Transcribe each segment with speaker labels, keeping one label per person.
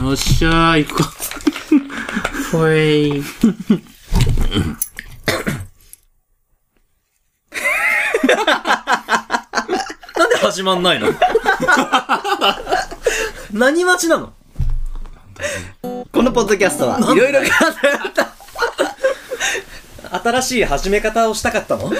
Speaker 1: よっしゃー、行くか。
Speaker 2: ほい。
Speaker 3: なんで始まんないの 何待ちなの
Speaker 2: このポッドキャストはいろいろ考えた。
Speaker 3: 新しい始め方をしたかったの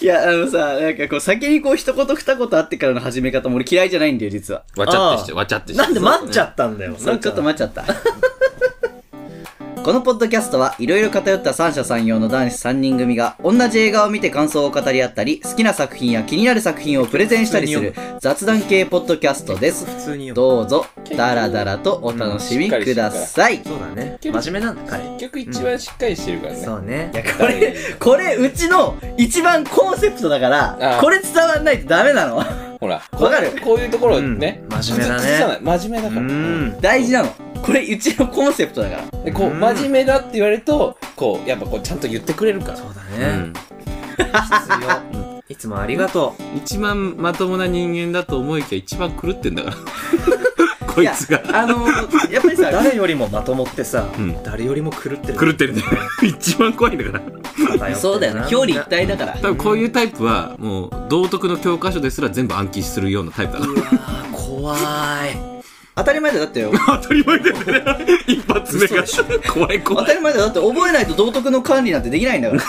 Speaker 2: いや、あのさ、なんかこう、先にこう、一言二言あってからの始め方も俺嫌いじゃないんだよ、実は。
Speaker 1: わちゃってして、わちゃってして。
Speaker 3: なんで待っちゃったんだよ。
Speaker 2: それちょっと待っちゃった。このポッドキャストはいろいろ偏った三者三様の男子3人組が同じ映画を見て感想を語り合ったり好きな作品や気になる作品をプレゼンしたりする雑談系ポッドキャストです
Speaker 3: 普通によ。
Speaker 2: どうぞダラダラとお楽しみください、
Speaker 3: そうだね。真面目なんだ、彼。
Speaker 4: 結局一番しっかりしてるからね。
Speaker 3: そうね。
Speaker 2: いやこれこれうちの一番コンセプトだから
Speaker 4: ああ
Speaker 2: これ伝わんないとダメなの
Speaker 4: ほら、
Speaker 2: わかる
Speaker 4: こういうところね、
Speaker 3: うん真面目だね
Speaker 4: 崩さない真面目だ
Speaker 3: う
Speaker 4: から。
Speaker 3: ん。
Speaker 2: 大事なのこれうちのコンセプトだから
Speaker 4: でこう、
Speaker 3: うん
Speaker 4: 真面目だって言われると、こう、やっぱこう、ちゃんと言ってくれるから。
Speaker 3: そうだ
Speaker 1: う
Speaker 3: ね。
Speaker 1: ん。
Speaker 3: 必要。いつもありがと
Speaker 1: 一番まともな人間だと思いきや一番狂ってんだから。こいつが。
Speaker 2: やあの やっぱり
Speaker 3: う。
Speaker 2: さ
Speaker 3: 誰よりもまともってさ
Speaker 1: うん、
Speaker 3: 誰よりも狂ってる。
Speaker 1: 狂ってるんだよ。一番怖いんだから。
Speaker 3: 偏ってる
Speaker 2: そうだよね表裏一体だから
Speaker 1: 多分こういうタイプは、もう、道徳の教科書ですら全部暗記するようなタイプだか
Speaker 3: うわー怖い。
Speaker 2: 当たり前だよだってよ
Speaker 1: ら。当たり前だよね。一発目が。怖い
Speaker 2: 当
Speaker 1: 怖い。
Speaker 2: たり前だよだって覚えないと道徳の管理なんてできないんだ から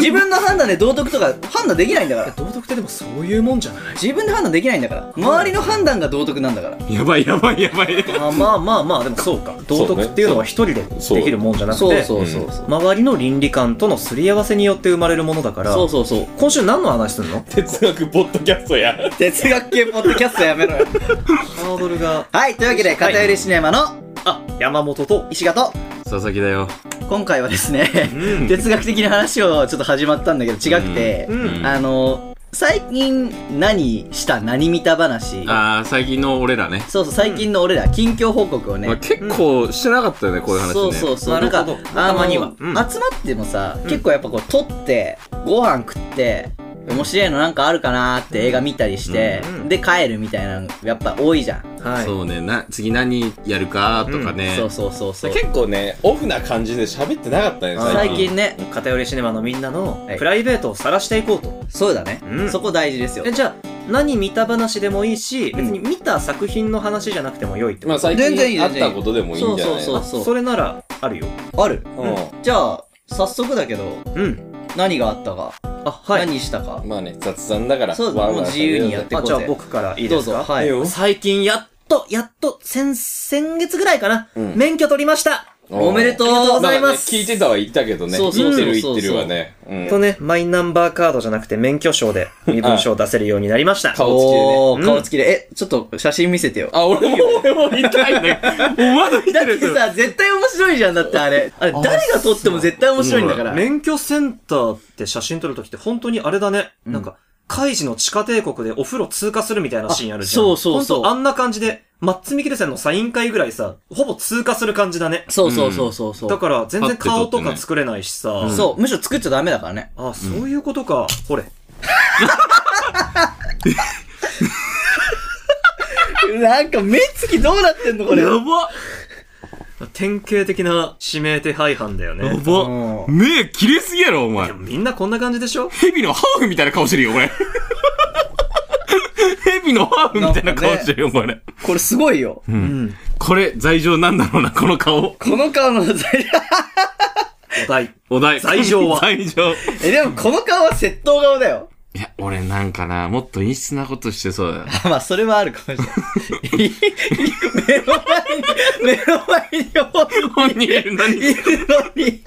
Speaker 2: 自分の判断で道徳とか判断できないんだから
Speaker 3: 道徳ってでもそういうもんじゃない
Speaker 2: 自分で判断できないんだから周りの判断が道徳なんだから
Speaker 1: やばいやばいやばい。
Speaker 3: あまあまあまあ、でもそうか。道徳っていうのは一人で
Speaker 4: そうね
Speaker 3: できるもんじゃなく
Speaker 2: そう
Speaker 3: て、
Speaker 2: そうそうそう、
Speaker 3: 周りの倫理観とのすり合わせによって生まれるものだから、
Speaker 2: そうそうそう
Speaker 3: 今週何の話すんの
Speaker 4: 哲学ポッドキャストや。
Speaker 2: 哲学系ポッドキャストやめろよ
Speaker 3: ハードルが、
Speaker 2: はいというわけで偏りシネマの
Speaker 3: あ、 山本と、
Speaker 2: 石形
Speaker 1: 佐々木だよ。
Speaker 2: 今回はですね、哲学的な話をちょっと始まったんだけど違くて、
Speaker 1: うん
Speaker 2: あの最近何した何見た話
Speaker 1: あー、最近の俺らね。
Speaker 2: そうそう最近の俺ら近況報告をね、
Speaker 1: まあ、結構してなかったよね、こういう話ね。
Speaker 2: そうそうそうなん
Speaker 3: な
Speaker 2: か
Speaker 3: るほど
Speaker 2: あ
Speaker 3: たまには
Speaker 2: の
Speaker 3: うん
Speaker 2: 集まってもさ、結構やっぱこう撮ってご飯食って面白いのなんかあるかなーって映画見たりして、
Speaker 3: うんうん
Speaker 2: で帰るみたいなのやっぱ多いじゃん、
Speaker 3: はい。
Speaker 1: そうね、な、次何やるかとかね。
Speaker 2: そうそうそうそう
Speaker 4: 結構ね、オフな感じで喋ってなかったね、
Speaker 3: 構
Speaker 2: 最近ね
Speaker 3: 偏りシネマのみんなの
Speaker 2: はい
Speaker 3: プライベートを晒していこうと、
Speaker 2: そうだね、
Speaker 3: うん
Speaker 2: そこ大事ですよ
Speaker 3: えじゃあ何見た話でもいいし
Speaker 2: うん
Speaker 3: 別に見た作品の話じゃなくても良いって
Speaker 4: ま
Speaker 3: こ
Speaker 4: あ
Speaker 3: と、
Speaker 4: 最
Speaker 2: 全然いい
Speaker 4: 近あ
Speaker 2: 全
Speaker 4: っ
Speaker 2: 然いい
Speaker 4: たことでもいい
Speaker 2: そ
Speaker 4: ん
Speaker 2: う
Speaker 4: じゃない
Speaker 2: そうそうそう
Speaker 3: それならあるよ
Speaker 2: ある
Speaker 4: う
Speaker 2: じゃあ早速だけど
Speaker 3: うん
Speaker 2: 何があったか、
Speaker 3: あはい
Speaker 2: 何したか
Speaker 4: ん。まあね、雑談だから。
Speaker 2: そうだ
Speaker 4: わーわー
Speaker 2: もう自由にや
Speaker 4: 喋
Speaker 2: っ
Speaker 4: る
Speaker 2: てこ
Speaker 3: あ
Speaker 2: うぜ
Speaker 3: じゃあ僕からいいで
Speaker 2: どう
Speaker 3: す
Speaker 2: ぞ
Speaker 3: か
Speaker 2: は
Speaker 4: ええ
Speaker 2: い
Speaker 4: よ
Speaker 3: 最近やっとやっと先先月ぐらいかな、
Speaker 4: うん
Speaker 3: 免許取りました
Speaker 2: おめでとう
Speaker 3: ありがとうご
Speaker 4: な
Speaker 3: ざ
Speaker 4: ん
Speaker 3: い
Speaker 4: か
Speaker 3: ま
Speaker 4: ね、
Speaker 3: す、
Speaker 4: 聞いてたは言ったけどね。
Speaker 2: そ
Speaker 4: 言
Speaker 2: う
Speaker 4: っ
Speaker 2: そう
Speaker 4: てる
Speaker 2: そ
Speaker 4: 言
Speaker 2: う
Speaker 4: ってる
Speaker 2: そう
Speaker 4: わね。うん
Speaker 3: とね、マイナンバーカードじゃなくて免許証で身分証を出せるようになりました。
Speaker 4: 顔つきでね
Speaker 2: おー
Speaker 3: うん
Speaker 2: 顔つきで、え、ちょっと写真見せてよ。
Speaker 4: あ、俺も、俺も言ったいね。
Speaker 1: もうまだ 見
Speaker 2: だ
Speaker 1: て
Speaker 2: って
Speaker 1: るぞ。
Speaker 2: さ、絶対面白いじゃん、だってあれ。あれ、誰が撮っても絶対面白いんだから。
Speaker 3: 免許センターって写真撮るときって本当にあれだね。
Speaker 2: うん
Speaker 3: なんか、カイジの地下帝国でお風呂通過するみたいなシーンあるじゃん。
Speaker 2: あそうそうそう
Speaker 3: 本当あんな感じで、マッツ・ミキルセンのサイン会ぐらいさ、ほぼ通過する感じだね。
Speaker 2: そうそうそうそうそう。
Speaker 3: だから全然
Speaker 1: パッて撮
Speaker 3: 顔
Speaker 1: ってね
Speaker 3: とか作れないしさ。
Speaker 1: うん
Speaker 2: そう、むしろ作っちゃダメだからね。
Speaker 3: あ、そういうことか。ほれ。
Speaker 2: なんか目つきどうなってんの、これ。
Speaker 1: やば
Speaker 3: 典型的な指名手配犯だよ
Speaker 1: や
Speaker 3: ね。
Speaker 1: ば目切れすぎやろ、お前
Speaker 3: で。もみんなこんな感じでしょ
Speaker 1: 蛇のハーフみたいな顔してるよ、こ れ。蛇のハーフみたいな顔してるよ、これ。
Speaker 2: これすごいよ。
Speaker 3: うん。
Speaker 1: これ、罪状なんだろうな、この顔。
Speaker 2: この顔の、
Speaker 3: お題。
Speaker 1: お題。
Speaker 3: 罪状は
Speaker 1: 罪状。い
Speaker 2: え、でもこの顔は窃盗顔だよ。
Speaker 1: や、俺なんかな、もっと陰湿なことしてそうだよ。
Speaker 2: あまあ、それはあるかもしれない。目の前に、目の前に
Speaker 1: 本人いるのに
Speaker 2: いるのに。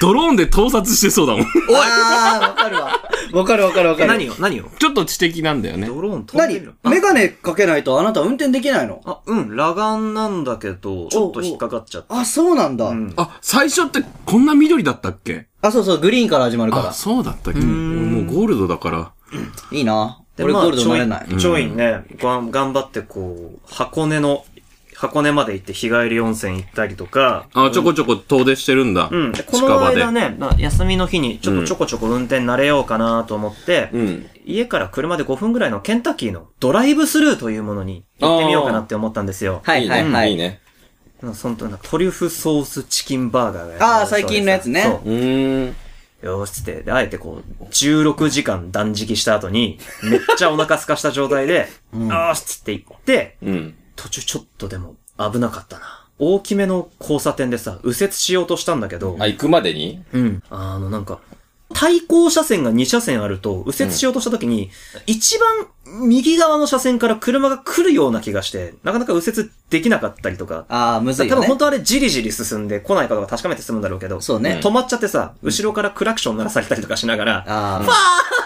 Speaker 1: ドローンで盗撮してそうだ もん。
Speaker 2: おいあー、わかるわ。わかるわかるわかる。
Speaker 3: 何よ何よ
Speaker 1: ちょっと知的なんだよね。
Speaker 3: ドローン飛んでみ
Speaker 2: 何
Speaker 3: ろ。
Speaker 2: メガネかけないとあなた運転できないの
Speaker 3: あ、うん、裸眼なんだけど、ちょっと引っかかっちゃった。
Speaker 2: あ、そうなんだ。
Speaker 3: うん。
Speaker 1: あ、最初ってこんな緑だったっけ
Speaker 2: あ、そうそう、グリーンから始まる
Speaker 1: あ、
Speaker 2: か
Speaker 1: そうだったっけ
Speaker 3: ん
Speaker 1: もうゴールドだから。
Speaker 2: ら。いいな。
Speaker 3: で
Speaker 2: 俺
Speaker 3: まあ
Speaker 2: ゴールドなれない。
Speaker 3: ちょいちょいね、がん頑張ってこう、箱根の、箱根まで行って日帰り温泉行ったりとか、
Speaker 1: あ、ちょこちょこ遠出してるんだ。
Speaker 3: うん、でこ
Speaker 1: 近
Speaker 3: の
Speaker 1: 場で
Speaker 3: 間。ね、まあ、休みの日にちょっとちょこちょこ運転慣れようかなと思って、
Speaker 4: うん。
Speaker 3: 家から車で5分ぐらいのケンタッキーのドライブスルーというものに行ってみようかなって思ったんですよ。
Speaker 2: はいはい
Speaker 4: ね
Speaker 2: はい。
Speaker 4: いね。
Speaker 3: なんかそのなんかトリュフソースチキンバーガーがやってる
Speaker 2: あー最近のやつね
Speaker 3: そう
Speaker 4: うーん。
Speaker 3: よーしつって、であえてこう、16時間断食した後に、めっちゃお腹空かした状態で、あーしつって行って、
Speaker 4: うん。
Speaker 3: 途中ちょっとでも危なかったな。大きめの交差点でさ、右折しようとしたんだけど、
Speaker 4: あ、行くまでに
Speaker 3: うん。あの、なんか、対向車線が2車線あると、右折しようとした時に、一番右側の車線から車が来るような気がして、なかなか右折できなかったりとか、
Speaker 2: ああ、むずい
Speaker 3: 多
Speaker 2: よ
Speaker 3: 分
Speaker 2: ね
Speaker 3: 本。当あれじりじり進んで来ないかとか確かめて済むんだろうけど、
Speaker 2: そうね。
Speaker 3: 止まっちゃってさ、後ろからクラクション鳴らされたりとかしながら、
Speaker 2: ああ、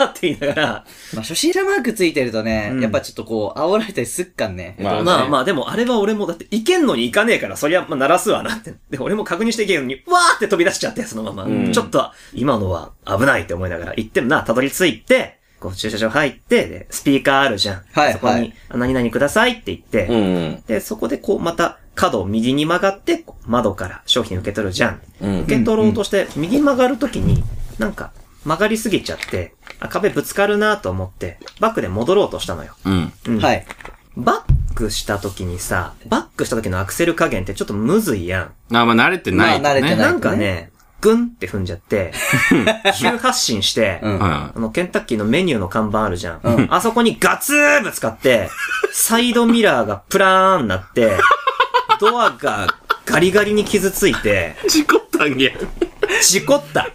Speaker 3: あーって言いながら、
Speaker 2: まあ、初心者マークついてるとね、
Speaker 3: うん
Speaker 2: やっぱちょっとこう、煽られたりすっかんね。
Speaker 4: まあね
Speaker 3: まあまあでもあれは俺もだって行けんのに行かねえから、そりゃまあ鳴らすわなって。 で、俺も確認していけんのに、わーって飛び出しちゃって、そのまま。
Speaker 4: うん
Speaker 3: ちょっと、今のは危ないって思いながら行ってもな、たどり着いて、こう駐車場入って、で、スピーカーあるじゃん。
Speaker 2: はい
Speaker 3: そこに、
Speaker 2: はい
Speaker 3: あ何々くださいって言って、
Speaker 4: うん。
Speaker 3: で、そこでこうまた角を右に曲がって、こう窓から商品受け取るじゃん。
Speaker 4: うん。
Speaker 3: 受け取ろうとして、右に曲がるときに、なんか、曲がりすぎちゃって、あ、壁ぶつかるなと思って、バックで戻ろうとしたのよ。
Speaker 1: うん。
Speaker 3: うん
Speaker 2: はい。
Speaker 3: バックした時にさ、バックした時のアクセル加減ってちょっとむずいや
Speaker 1: あ、まあ慣れてないとね。
Speaker 2: まあ慣れて
Speaker 3: ん。
Speaker 2: ない
Speaker 3: なんかね、グンって踏んじゃ って、急発進して、
Speaker 2: うん。
Speaker 1: は
Speaker 3: あの、ケンタッキーのメニューの看板あるじゃん。
Speaker 2: う
Speaker 3: あそこにガツーぶつかって、サイドミラーがプラーンなって、ドアがガリガリに傷ついて、
Speaker 1: い。事故ったんや。
Speaker 3: 事故った。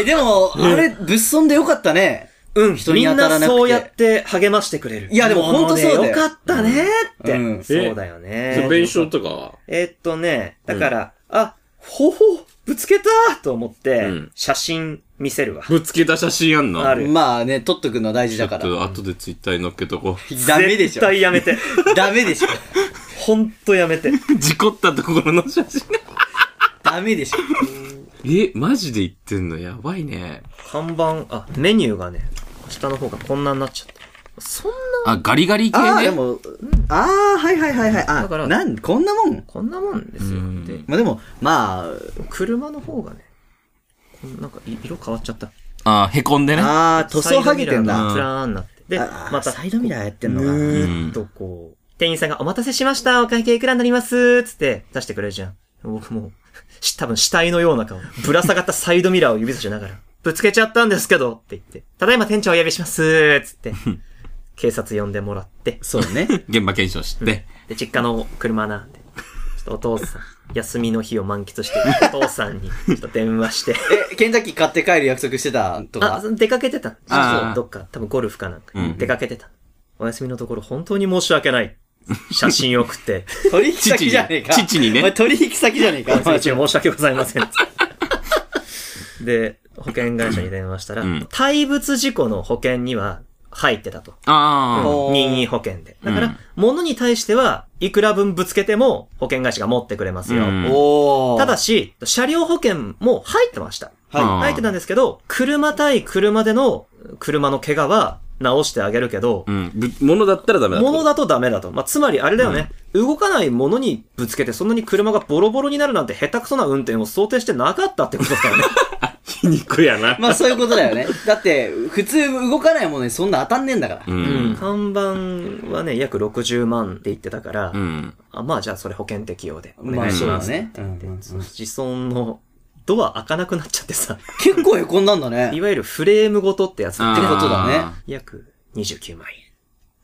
Speaker 2: え、でも、あれ、物損でよかったね。
Speaker 3: うん、
Speaker 2: 人に当たらなく
Speaker 3: み
Speaker 2: て
Speaker 3: んなそうやって励ましてくれる。
Speaker 2: いやでもほんとそうだよ
Speaker 3: ものでよかったねって、
Speaker 2: うん
Speaker 3: そうだよね。
Speaker 4: 弁償とかは
Speaker 3: えーっとね、だから、あ、ほほ、ぶつけたと思って、
Speaker 4: うん
Speaker 3: 写真見せるわ。
Speaker 1: ぶつけた写真あんの
Speaker 3: ある
Speaker 2: まあね、取っとくの大事
Speaker 1: ちょ
Speaker 2: だ
Speaker 1: っ
Speaker 2: から。
Speaker 1: と後でツイッターに載っけとこ
Speaker 2: ダメでし
Speaker 3: 絶
Speaker 2: ょ。
Speaker 3: 対やめて。
Speaker 2: ダメでしょ。
Speaker 3: ほんとやめて。
Speaker 1: う。事故ったところの写真。
Speaker 2: ダメでしょ。
Speaker 1: え、マジで言ってんのやばいね。
Speaker 3: 看板、あ、メニューがね、下の方がこんなになっちゃった。そんな、
Speaker 1: あ、ガリガリ系
Speaker 2: ああ、で
Speaker 1: ね。
Speaker 2: も、ああ、はいはいはいはい。あ、
Speaker 3: だから
Speaker 2: なん、こんなもん。
Speaker 3: こんなもんですよ。で、
Speaker 2: まあでも、まあ、
Speaker 3: 車の方がね、こんなんかい色変わっちゃった。
Speaker 1: あ、へこんでね。
Speaker 2: ああ、塗装剥げてんだ。
Speaker 3: サイドミラーがプラーンなって。で、
Speaker 2: あー
Speaker 3: また、
Speaker 2: サイドミラーやってんのかな
Speaker 3: ぬーっとこう、店員さんがお待たせしました、お会計いくらになりますつって出してくれるじゃん。僕もう、 し多分死体のような顔、ぶら下がったサイドミラーを指さしながら、ぶつけちゃったんですけどって言って、ただいま店長お呼びしますつ って、警察呼んでもらって、
Speaker 2: そうね。
Speaker 1: 現場検証して。
Speaker 3: で、実家の車なんで、ちょっとお父さん、休みの日を満喫して、お父さんにちょっと電話して、
Speaker 2: え、ケンタッキー買って帰る約束してたと
Speaker 3: あ
Speaker 2: か、。
Speaker 3: 出かけてた。そう
Speaker 1: あー
Speaker 3: そう、どっか、多分ゴルフかなんか、
Speaker 1: うん
Speaker 3: 出かけてた。お休みのところ、本当に申し訳 ない。写真送って、
Speaker 2: 取引先じゃねえか。
Speaker 1: 父に父にね
Speaker 2: お前取引先じゃねえ か。
Speaker 3: 先生申し訳ございません。で、保険会社に電話したら、
Speaker 1: うん
Speaker 3: 対物事故の保険には入ってたと。
Speaker 1: あ
Speaker 2: おー
Speaker 3: 任意保険で。だから、
Speaker 1: うん
Speaker 3: 物に対しては、いくら分ぶつけても保険会社が持ってくれますよ。
Speaker 1: うん
Speaker 2: おー。
Speaker 3: ただ、し、車両保険も入ってました。
Speaker 1: あ
Speaker 2: は
Speaker 1: ー
Speaker 3: 入ってたんですけど、車対車での車の怪我は直してあげるけど
Speaker 1: あ。、うん。ぶ物だったらダメだ。
Speaker 3: 物。だとダメだと。まあ、つまりあれだよね、動かないものにぶつけて、そんなに車がボロボロになるなんて下手くそな運転を想定してなかったってことだよね。
Speaker 1: 皮肉やな。
Speaker 2: い。まあそういうことだよね。だって、普通動かないものにそんな当たんねえんだから。
Speaker 1: う
Speaker 3: うん
Speaker 1: ん。
Speaker 3: 看板はね、約60万って言ってたから、
Speaker 1: うん。
Speaker 3: あまあじゃあそれ保険適用でお
Speaker 2: ま
Speaker 3: 願
Speaker 2: あ
Speaker 3: いし
Speaker 2: そう
Speaker 3: ま
Speaker 2: だ
Speaker 3: す。
Speaker 2: ね。うんうんうん
Speaker 3: 自損のドア開かなくなっちゃってさ、
Speaker 2: 結構へこんだんだ
Speaker 3: い
Speaker 2: ね。
Speaker 3: わゆるフレームごとってやつ
Speaker 1: あー
Speaker 2: ってことだね。
Speaker 3: 約29万円。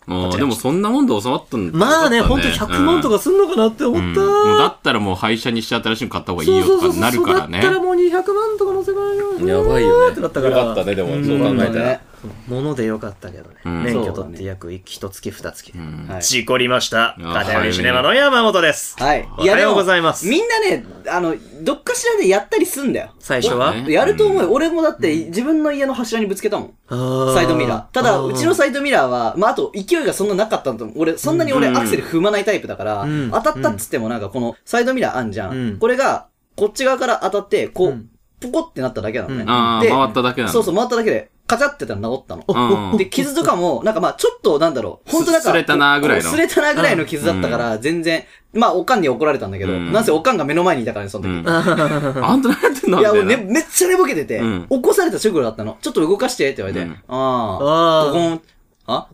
Speaker 1: もう、でもそんなもんで収まったんだ
Speaker 3: まあね、ほんと
Speaker 1: よかった
Speaker 3: 100万とかすんのかなって思
Speaker 1: う
Speaker 3: っ
Speaker 1: ん
Speaker 3: た。
Speaker 1: もうだったらもう廃車にして新しいの買った方がいいよとかになる
Speaker 3: そうそうそうそう
Speaker 1: からね
Speaker 3: だった。らもう200万とか乗せばいいよ。
Speaker 4: やばいよ
Speaker 3: っ
Speaker 4: ね。
Speaker 3: てな
Speaker 4: よ
Speaker 3: ったから
Speaker 4: かったね、でも、そう考えたら。
Speaker 3: ものでよかったけどね。
Speaker 1: うん
Speaker 3: 免
Speaker 2: そ
Speaker 3: 許
Speaker 2: うだ
Speaker 3: 取っ
Speaker 2: ね
Speaker 3: て約一月二月で。
Speaker 1: うん
Speaker 2: はい
Speaker 3: 事故りました。
Speaker 1: あ
Speaker 3: 片寄シネマの山本です。
Speaker 2: はい。
Speaker 3: おはようございます
Speaker 2: やでもみんなね、あの、どっかしらでやったりすんだよ。
Speaker 3: 最初
Speaker 1: そう
Speaker 3: は
Speaker 1: ね
Speaker 2: やると思うよ。俺もだって自分の家の柱にぶつけたもん。サ
Speaker 3: サ
Speaker 2: イドミラー。ただ、うちのサイドミラーは、まあ、あと、勢いがそんななかったのと思う、俺、そんなに俺、
Speaker 1: うん
Speaker 2: アクセル踏まないタイプだから、
Speaker 3: うん
Speaker 2: 当たったっつってもなんか、この、サイドミラーあんじゃん。
Speaker 3: うん
Speaker 2: これが、こっち側から当たって、こう、
Speaker 3: うん
Speaker 2: ポコってなっただけなのね。
Speaker 3: うん
Speaker 1: ああ、
Speaker 2: で
Speaker 1: 回っただけなの。
Speaker 2: そうそう、回っただけで、カチャってやったら治ったの。
Speaker 1: うん
Speaker 2: で、傷とかも、なんかまあちょっと、なんだろう。本当なんか。
Speaker 1: す擦れたなぐらいの
Speaker 2: こう擦れたなぐらいの傷だったから、全然、まあ、おかんに怒られたんだけど、
Speaker 1: うん
Speaker 2: なんせおかんが目の前にいたからね、その時。
Speaker 1: うん。あんた何やってんの
Speaker 2: いや、俺、
Speaker 1: みた
Speaker 2: ね、
Speaker 1: いな
Speaker 2: めっちゃ寝ぼけてて、
Speaker 1: うん
Speaker 2: 起こされた直後だったの。ちょっと動かしてって言われて、
Speaker 1: うん
Speaker 2: ああ、
Speaker 3: あ
Speaker 2: ドコン、あ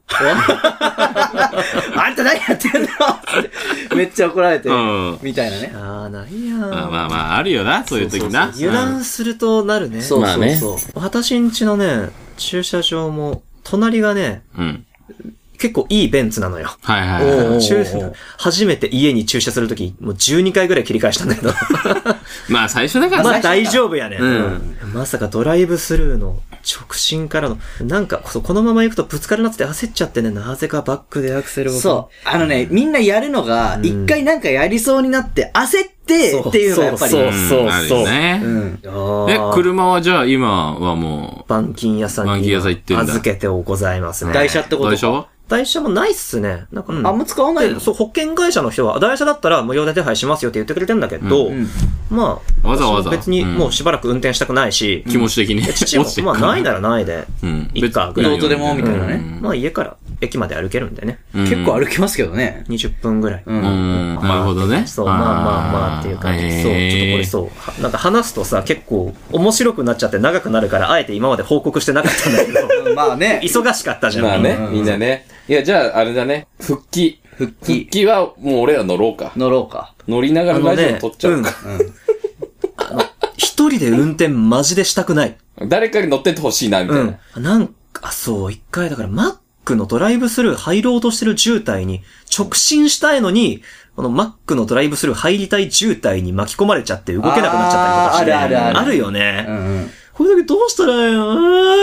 Speaker 2: あんた何やってんのってめっちゃ怒られて、
Speaker 1: うん
Speaker 2: みたいなね
Speaker 3: あ。。ああ、ないや
Speaker 1: まあまあ
Speaker 3: ー。
Speaker 1: まあ、あるよな、そういう時な。
Speaker 3: 油断するとなるね。
Speaker 2: そうそうそう。
Speaker 3: 私んちのね、駐車場も、隣がね、
Speaker 1: うん。うん。
Speaker 3: 結構いいベンツなのよ。
Speaker 1: はいはいは
Speaker 2: お
Speaker 1: い
Speaker 2: うおう
Speaker 1: は
Speaker 3: 駐初めて家に駐車するとき、もう12回ぐらい切り返したんだけど。
Speaker 1: い。まあ、最初だか ら
Speaker 3: ま
Speaker 1: さ。
Speaker 3: あ大丈夫やね、
Speaker 1: うん
Speaker 3: まさかドライブスルーの直進からの、なんか、そうこのまま行くとぶつかるなって焦っちゃってね、なぜかバックでアクセルを。
Speaker 2: そう。あのね、みんなやるのが、
Speaker 3: ん
Speaker 2: 一回なんかやりそうになって、焦って、っていうのがやっぱり。
Speaker 3: そ
Speaker 1: うん
Speaker 3: そうそう
Speaker 1: あるよね
Speaker 2: う。ん。
Speaker 3: あ
Speaker 1: え、
Speaker 3: ー
Speaker 1: 車はじゃあ今はも
Speaker 3: 板金屋さんに
Speaker 1: 板金屋さん行ってんだ
Speaker 3: 預けておございますね。
Speaker 2: 台車って
Speaker 1: う、
Speaker 2: こ
Speaker 1: ど
Speaker 2: と
Speaker 1: うでしょ
Speaker 3: 台車もないっすね。なんか、うん
Speaker 2: あんま使わない
Speaker 3: で
Speaker 2: の
Speaker 3: そう、保険会社の人は、台車だったら無料で手配しますよって言ってくれてんだけど、
Speaker 2: うん
Speaker 3: まあ、
Speaker 1: わざわ
Speaker 3: 私も
Speaker 1: ざ
Speaker 3: 別にもうしばらく運転したくないし、
Speaker 1: 気持ち的に。 落
Speaker 3: 父も
Speaker 1: ちて、
Speaker 3: まあないならないで、
Speaker 1: うん。
Speaker 3: いっか
Speaker 1: 別に
Speaker 2: どうとでもみたいなね
Speaker 1: うん
Speaker 3: まあ家から駅まで歩けるんでね、
Speaker 1: うん
Speaker 2: 結構歩きますけどね。
Speaker 3: 20分ぐらい。
Speaker 2: うん。
Speaker 1: うん、なるほどね。
Speaker 3: そう、まあまあまあっていう感じ。そう、
Speaker 1: へー
Speaker 3: ちょっとこれそうは。なんか話すとさ、結構面白くなっちゃって長くなるから、あえて今まで報告してなかったんだけど、
Speaker 2: うんまあね。
Speaker 3: 忙しかったじゃん。
Speaker 4: まあね
Speaker 2: うん、
Speaker 4: みんなね。いや、じゃあ、あれだね。復帰。復
Speaker 2: 帰
Speaker 4: は、もう俺ら乗ろうか。
Speaker 2: 乗ろうか。
Speaker 4: 乗りなが
Speaker 3: あ
Speaker 4: ら
Speaker 3: の
Speaker 4: ラジ
Speaker 3: ね
Speaker 4: オ撮っちゃおうか。
Speaker 2: うん。
Speaker 3: 一人で運転マジでしたくない。
Speaker 4: 誰かに乗ってってほしいな、みた
Speaker 3: う
Speaker 4: い
Speaker 3: ん
Speaker 4: な。。
Speaker 3: なんか、あそう、一回だから、マックのドライブスルー入ろうとしてる渋滞に、直進したいのに、このマックのドライブスルー入りたい渋滞に巻き込まれちゃって動けなくなっちゃったりとかして。
Speaker 2: あーあるあるある
Speaker 3: あるよね。
Speaker 2: うんうん。
Speaker 3: これだけどうしたらいいのあ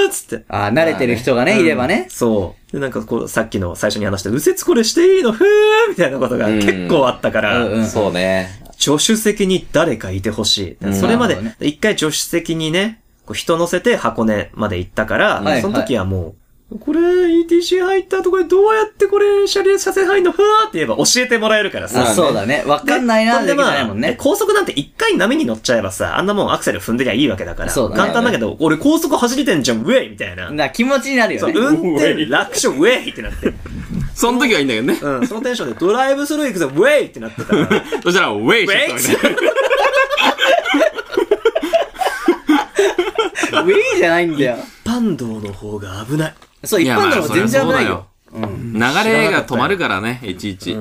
Speaker 3: ーっつって。
Speaker 2: ああ、慣れてる人がね、いればね。
Speaker 3: そう。で、なんかこう、さっきの最初に話した、右折これしていいのふーみたいなことが
Speaker 4: うん
Speaker 3: 結構あったか
Speaker 2: うんう
Speaker 3: ら、
Speaker 2: ん。
Speaker 4: そうね。
Speaker 3: 助手席に誰かいてほし
Speaker 4: う
Speaker 3: い。
Speaker 4: ん
Speaker 3: それま
Speaker 2: な
Speaker 3: で
Speaker 2: るほど、
Speaker 3: 一回助手席にね、こう人乗せて箱根まで行ったから、
Speaker 2: はい
Speaker 3: その時はもう、これ ETC 入ったとこでどうやってこれ車両車線入んのふわーって言えば教えてもらえるから
Speaker 2: あ
Speaker 3: さ。
Speaker 2: そうだね。わかんないな、
Speaker 3: で
Speaker 2: でき
Speaker 3: まあ
Speaker 2: ないもんね。
Speaker 3: 高速なんて一回波に乗っちゃえばさ、あんなもんアクセル踏んでりゃいいわけだから。
Speaker 2: そうだね
Speaker 3: 簡単だけど、俺高速走りてんじゃん、ウェイみたいな。
Speaker 2: な、気持ちになるよ
Speaker 3: そう、
Speaker 2: ね。
Speaker 3: 運転楽勝、ウェイってなって。
Speaker 1: その時はいいんだけどね。
Speaker 3: うん、そのテンションでドライブスルー行くぞ、ウェイってなってたから。ウェ
Speaker 1: そしたら、ウェイ
Speaker 3: イ
Speaker 1: しちゃったみたいな
Speaker 2: ウィーじゃないんだよ。
Speaker 3: パン道の方が危ない。
Speaker 2: そう、一
Speaker 1: いや
Speaker 2: 般
Speaker 1: まあ
Speaker 2: 道の方が全然危ないよ。
Speaker 1: 流れが止まるからね、いちいち。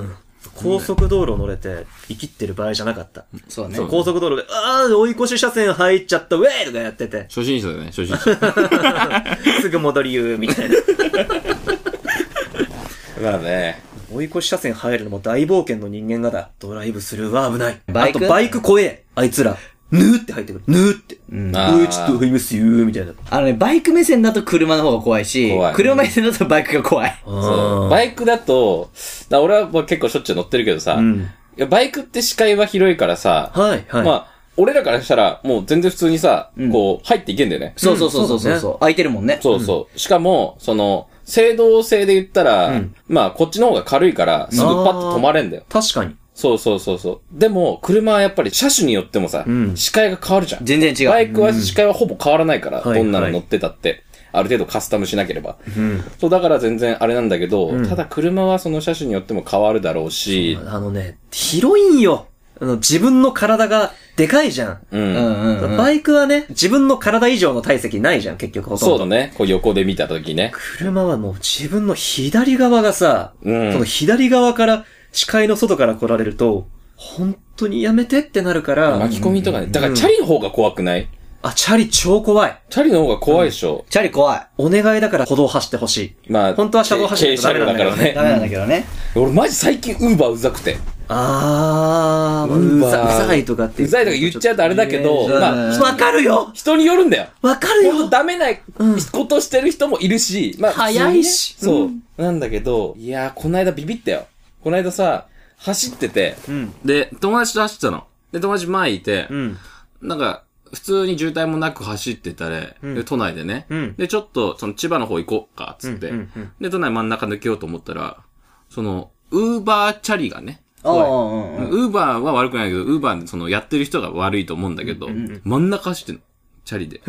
Speaker 3: 高速道路乗れて、生きってる場合じゃなかった。
Speaker 2: そうね
Speaker 3: そう、。高速道路で、あー、追い越し車線入っちゃった、ウェイとかやってて、
Speaker 1: 初心者だよね、初 心者。
Speaker 3: すぐ戻り言う、みたいな。
Speaker 4: まあね。
Speaker 3: 追い越し車線入るのも大冒険の人間がだ。ドライブスルーは危ない。
Speaker 2: バイク
Speaker 3: あとバイク怖え。あいつら、ぬーって入ってくる。ぬーって。
Speaker 2: うん
Speaker 4: あー
Speaker 3: うーちょっと入りますよー、みたいな。
Speaker 2: あのね、バイク目線だと車の方が怖いし
Speaker 4: 怖い、
Speaker 2: 車目線だとバイクが怖い。
Speaker 4: そうバイクだと、だ俺はまあ結構しょっちゅう乗ってるけどさ、
Speaker 3: うん
Speaker 4: いやバイクって視界は広いからさ、
Speaker 3: はい、はい。
Speaker 4: まあ、俺らからしたら、もう全然普通にさ、
Speaker 2: ん
Speaker 4: こう、入っていけんだよね。
Speaker 2: そうそうそうそ
Speaker 3: そ
Speaker 2: う
Speaker 3: う
Speaker 2: そ
Speaker 3: だ
Speaker 2: う
Speaker 3: ね
Speaker 2: そう。空いてるもんね。
Speaker 4: そうそう。しかも、その、制動性で言ったら、まあ、こっちの方が軽いから、すぐパッと止まれんだよ。
Speaker 3: 確かに。
Speaker 4: そうそうそうそう。でも、車はやっぱり車種によってもさ、
Speaker 3: ん
Speaker 4: 視界が変わるじゃん。
Speaker 2: 全然違う。
Speaker 4: バイクは視界はほぼ変わらないから、
Speaker 3: はい
Speaker 4: どんなの乗ってたって。ある程度カスタムしなければ。
Speaker 3: うん。
Speaker 4: そう、だから全然あれなんだけど、
Speaker 3: うん
Speaker 4: ただ車はその車種によっても変わるだろうし、
Speaker 3: あのね、広いんよ。あの、自分の体がでかいじゃん。
Speaker 4: うん。
Speaker 2: うんうんうん。
Speaker 3: バイクはね、自分の体以上の体積ないじゃん、結局ほとんど。
Speaker 4: そうだね。こう横で見たときね。
Speaker 3: 車はもう自分の左側がさ、
Speaker 4: うん
Speaker 3: その左側から、視界の外から来られると、本当にやめてってなるから、
Speaker 4: 巻き込みとかね。だからチャリの方が怖くない
Speaker 3: あ、チャリ超怖い。
Speaker 4: チャリの方が怖いでしょ。
Speaker 2: チャリ怖い。
Speaker 3: お願いだから歩道走ってほしい。
Speaker 4: まあ、
Speaker 3: 本当は車道走る
Speaker 4: 軽
Speaker 3: と
Speaker 4: 車
Speaker 3: ダメ
Speaker 4: 両だか
Speaker 3: なんだよ
Speaker 4: ら
Speaker 3: ね
Speaker 4: ね。
Speaker 2: ダメなんだけどね。
Speaker 4: 俺マジ最近ウーバーうざくて。
Speaker 3: あー、
Speaker 4: うん
Speaker 3: うざ、うざいとかって。
Speaker 4: うざいとか言っちゃうとあれだけど、
Speaker 2: ねえ
Speaker 4: まあ、
Speaker 2: うん
Speaker 3: わかるよ
Speaker 4: 人によるんだよ。
Speaker 3: わか
Speaker 4: ほ
Speaker 3: る
Speaker 4: んと
Speaker 3: よ
Speaker 4: ダメなことしてる人もいるし、まあ、
Speaker 3: 早いし
Speaker 4: 普通にねそう。なんだけど、いやー、こないだビビったよ。こないださ、走ってて、
Speaker 3: うん、
Speaker 1: で、友達と走ってたの。で、友達前いて、
Speaker 3: うん、
Speaker 1: なんか、普通に渋滞もなく走ってたれ、
Speaker 3: うん
Speaker 1: で、都内でね、
Speaker 3: うん
Speaker 1: で、ちょっと、その、千葉の方行こうか、つって、
Speaker 3: うんうんうん
Speaker 1: で、都内真ん中抜けようと思ったら、その、ウーバーチャリがね、
Speaker 2: ああ、
Speaker 1: ウーバーは悪くないけど、ウーバーでその、やってる人が悪いと思うんだけど、真ん中走ってんの。チャリで。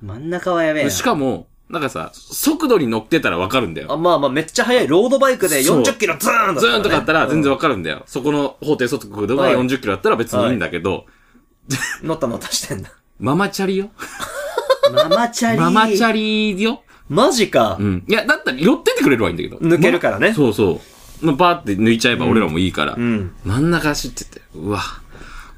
Speaker 2: 真ん中はやべえな。
Speaker 1: しかも、なんかさ、速度に乗ってたらわかるんだ
Speaker 2: あ、
Speaker 1: よ。
Speaker 2: まあまあ、めっちゃ速い。ロードバイクで
Speaker 1: そう
Speaker 2: 40キロズーンだったらね
Speaker 1: ズーンとかあったら全然わかるんだよ。そこの法定速度が
Speaker 2: はい
Speaker 1: 40キロだったら別にいいんだけど、
Speaker 2: のたのたしてんだ。
Speaker 1: ママチャリよ。
Speaker 2: ママチャリ。
Speaker 1: ママチ
Speaker 2: リ。
Speaker 1: ャリよ。
Speaker 2: マジか
Speaker 1: う。ん。いや、だったら寄ってってくれればいいんだけど。
Speaker 2: 抜けるからね
Speaker 1: まそうそう。まあバーって抜いちゃえば俺らもいいから。
Speaker 2: うん。
Speaker 1: 真ん中走ってて、うわ、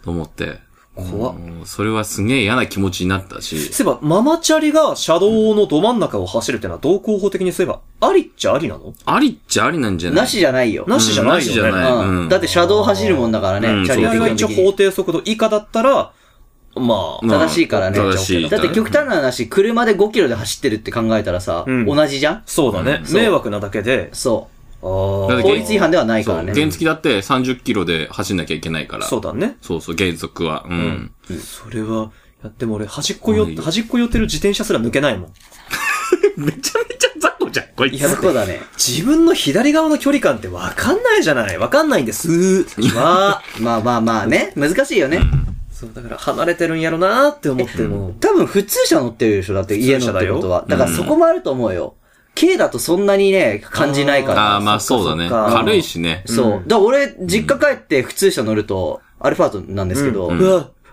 Speaker 1: と思って。
Speaker 2: 怖っ
Speaker 1: うんそれはすげえ嫌な気持ちになったし。
Speaker 2: そういえば、ママチャリが車道のど真ん中を走るってのは、どう候補的にそういえば、ありっちゃありなの
Speaker 1: ありっちゃありなんじゃない
Speaker 2: なしじゃないよ。
Speaker 3: なしじゃないよね
Speaker 1: うんなしじゃない。
Speaker 2: う
Speaker 1: うんん。
Speaker 2: だって車道走るもんだからね、
Speaker 1: うん
Speaker 2: チャ
Speaker 1: そう
Speaker 2: リ
Speaker 1: そう
Speaker 2: は
Speaker 1: そ
Speaker 2: 基
Speaker 1: う
Speaker 2: 本
Speaker 3: が
Speaker 2: 的
Speaker 3: 一応
Speaker 2: に
Speaker 3: 法定速度以下だったら、まあ、
Speaker 1: まあ
Speaker 2: 正しいからね。
Speaker 1: 正しいか
Speaker 2: だっ
Speaker 1: ら
Speaker 2: て極端な話、車で5キロで走ってるって考えたらさ、
Speaker 3: うん
Speaker 2: 同じじゃん
Speaker 3: そうだね。
Speaker 2: そう
Speaker 3: 迷惑なだけで、
Speaker 2: そ
Speaker 3: あー
Speaker 1: だ
Speaker 2: う。
Speaker 1: って
Speaker 2: 法律違反ではないから
Speaker 1: そう。
Speaker 2: ね。
Speaker 1: 原付だって30キロで走んなきゃいけないから。
Speaker 3: そうだね。
Speaker 1: そうそう、原則は。うん。
Speaker 3: それは、いやでも俺、端っこよ
Speaker 1: う、ん
Speaker 3: 端っこ寄ってる自転車すら抜けないもん。
Speaker 1: めちゃめちゃ雑魚じゃん、こい
Speaker 3: い
Speaker 1: つ。
Speaker 3: や
Speaker 2: そこだね。
Speaker 3: 自分の左側の距離感ってわかんないじゃないわかんないんです。わあ。
Speaker 2: まあまあまあね、難しいよね。
Speaker 3: そう、だから離れてるんやろなーって思っても。
Speaker 2: 多分普通車乗ってるでしょだって家のってことは。
Speaker 1: 普
Speaker 2: だ
Speaker 1: 通車だよ
Speaker 2: からそこもあると思うよ。軽だとそんなにね、感じないから。
Speaker 1: ああ、まあそうだ
Speaker 3: そっ
Speaker 1: ね。
Speaker 3: かそっか
Speaker 1: 軽いしね。
Speaker 2: そう。だから俺、実家帰って普通車乗ると、アルファードなんですけど、
Speaker 1: うん
Speaker 3: う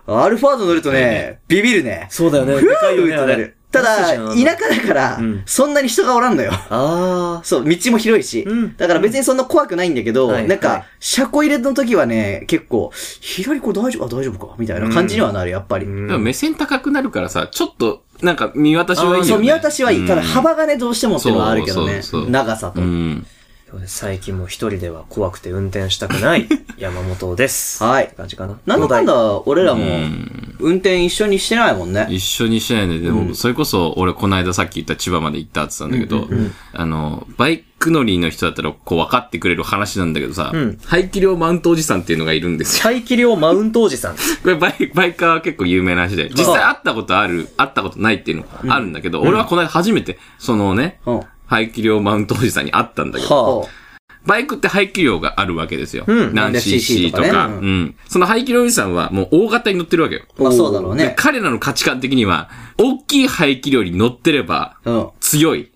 Speaker 3: わ、
Speaker 2: アルファード乗るとね、ビビるね。
Speaker 3: そうだよね。
Speaker 2: ふ
Speaker 3: でかいよ
Speaker 2: ー
Speaker 3: ね
Speaker 2: っと
Speaker 3: あれ
Speaker 2: なる。た
Speaker 3: そう
Speaker 2: だ、
Speaker 3: じゃん
Speaker 2: 田舎だから
Speaker 3: うん、
Speaker 2: そんなに人がおらんのよ。
Speaker 3: あ
Speaker 2: そう、道も広いし
Speaker 3: うん。
Speaker 2: だから別にそんな怖くないんだけど、
Speaker 3: はい
Speaker 2: なん
Speaker 3: はい
Speaker 2: か、車庫入れの時はね、結構、左これ大丈夫あ、大丈夫かみたいな感じにはなる、やっぱり。
Speaker 1: でも目線高くなるからさ、ちょっと、なんか見渡しはいいよね。
Speaker 2: そう、見渡しはいい。ただ
Speaker 1: うん
Speaker 2: 幅がね、どうしてもっていうのはあるけどね
Speaker 1: そうそうそ。う
Speaker 2: 長さと
Speaker 1: う。ん。
Speaker 3: あ。最近もう一人では怖くて運転したくない 山本です。
Speaker 2: はい
Speaker 3: って感じかな。
Speaker 2: なんだかんだ、俺らも
Speaker 1: う、ん
Speaker 2: 運転一緒にしてないもんね。
Speaker 1: 一緒にしないで、で
Speaker 2: う
Speaker 1: も、
Speaker 2: ん
Speaker 1: それこそ、俺、この間さっき言った千葉まで行ったって言ったんだけど
Speaker 3: うんうんうん、
Speaker 1: あの、バイク乗りの人だったら、こう、分かってくれる話なんだけどさ
Speaker 3: うん、
Speaker 1: 排気量マウントおじさんっていうのがいるんですよ。
Speaker 3: 排気量マウントおじさん。
Speaker 1: これ、バイ、バイカーは結構有名な話で、実際会ったことある、会ったことないっていうのがあるんだけど、俺はこの間初めて、そのね、
Speaker 2: うん。
Speaker 1: 排気量マウントおじさんに会ったんだけど、
Speaker 2: は
Speaker 1: バイクって排気量があるわけですよ。
Speaker 3: うん
Speaker 1: 何 cc と
Speaker 2: 何 cc とか
Speaker 1: か、
Speaker 2: ね
Speaker 1: う。
Speaker 2: うん
Speaker 1: その排気量おじさんは、もう大型に乗ってるわけよ。
Speaker 2: あ。まあそうだろう
Speaker 1: で
Speaker 2: ね。
Speaker 1: 彼らの価値観的には、大きい排気量に乗ってれば、
Speaker 2: うん。
Speaker 1: 強い。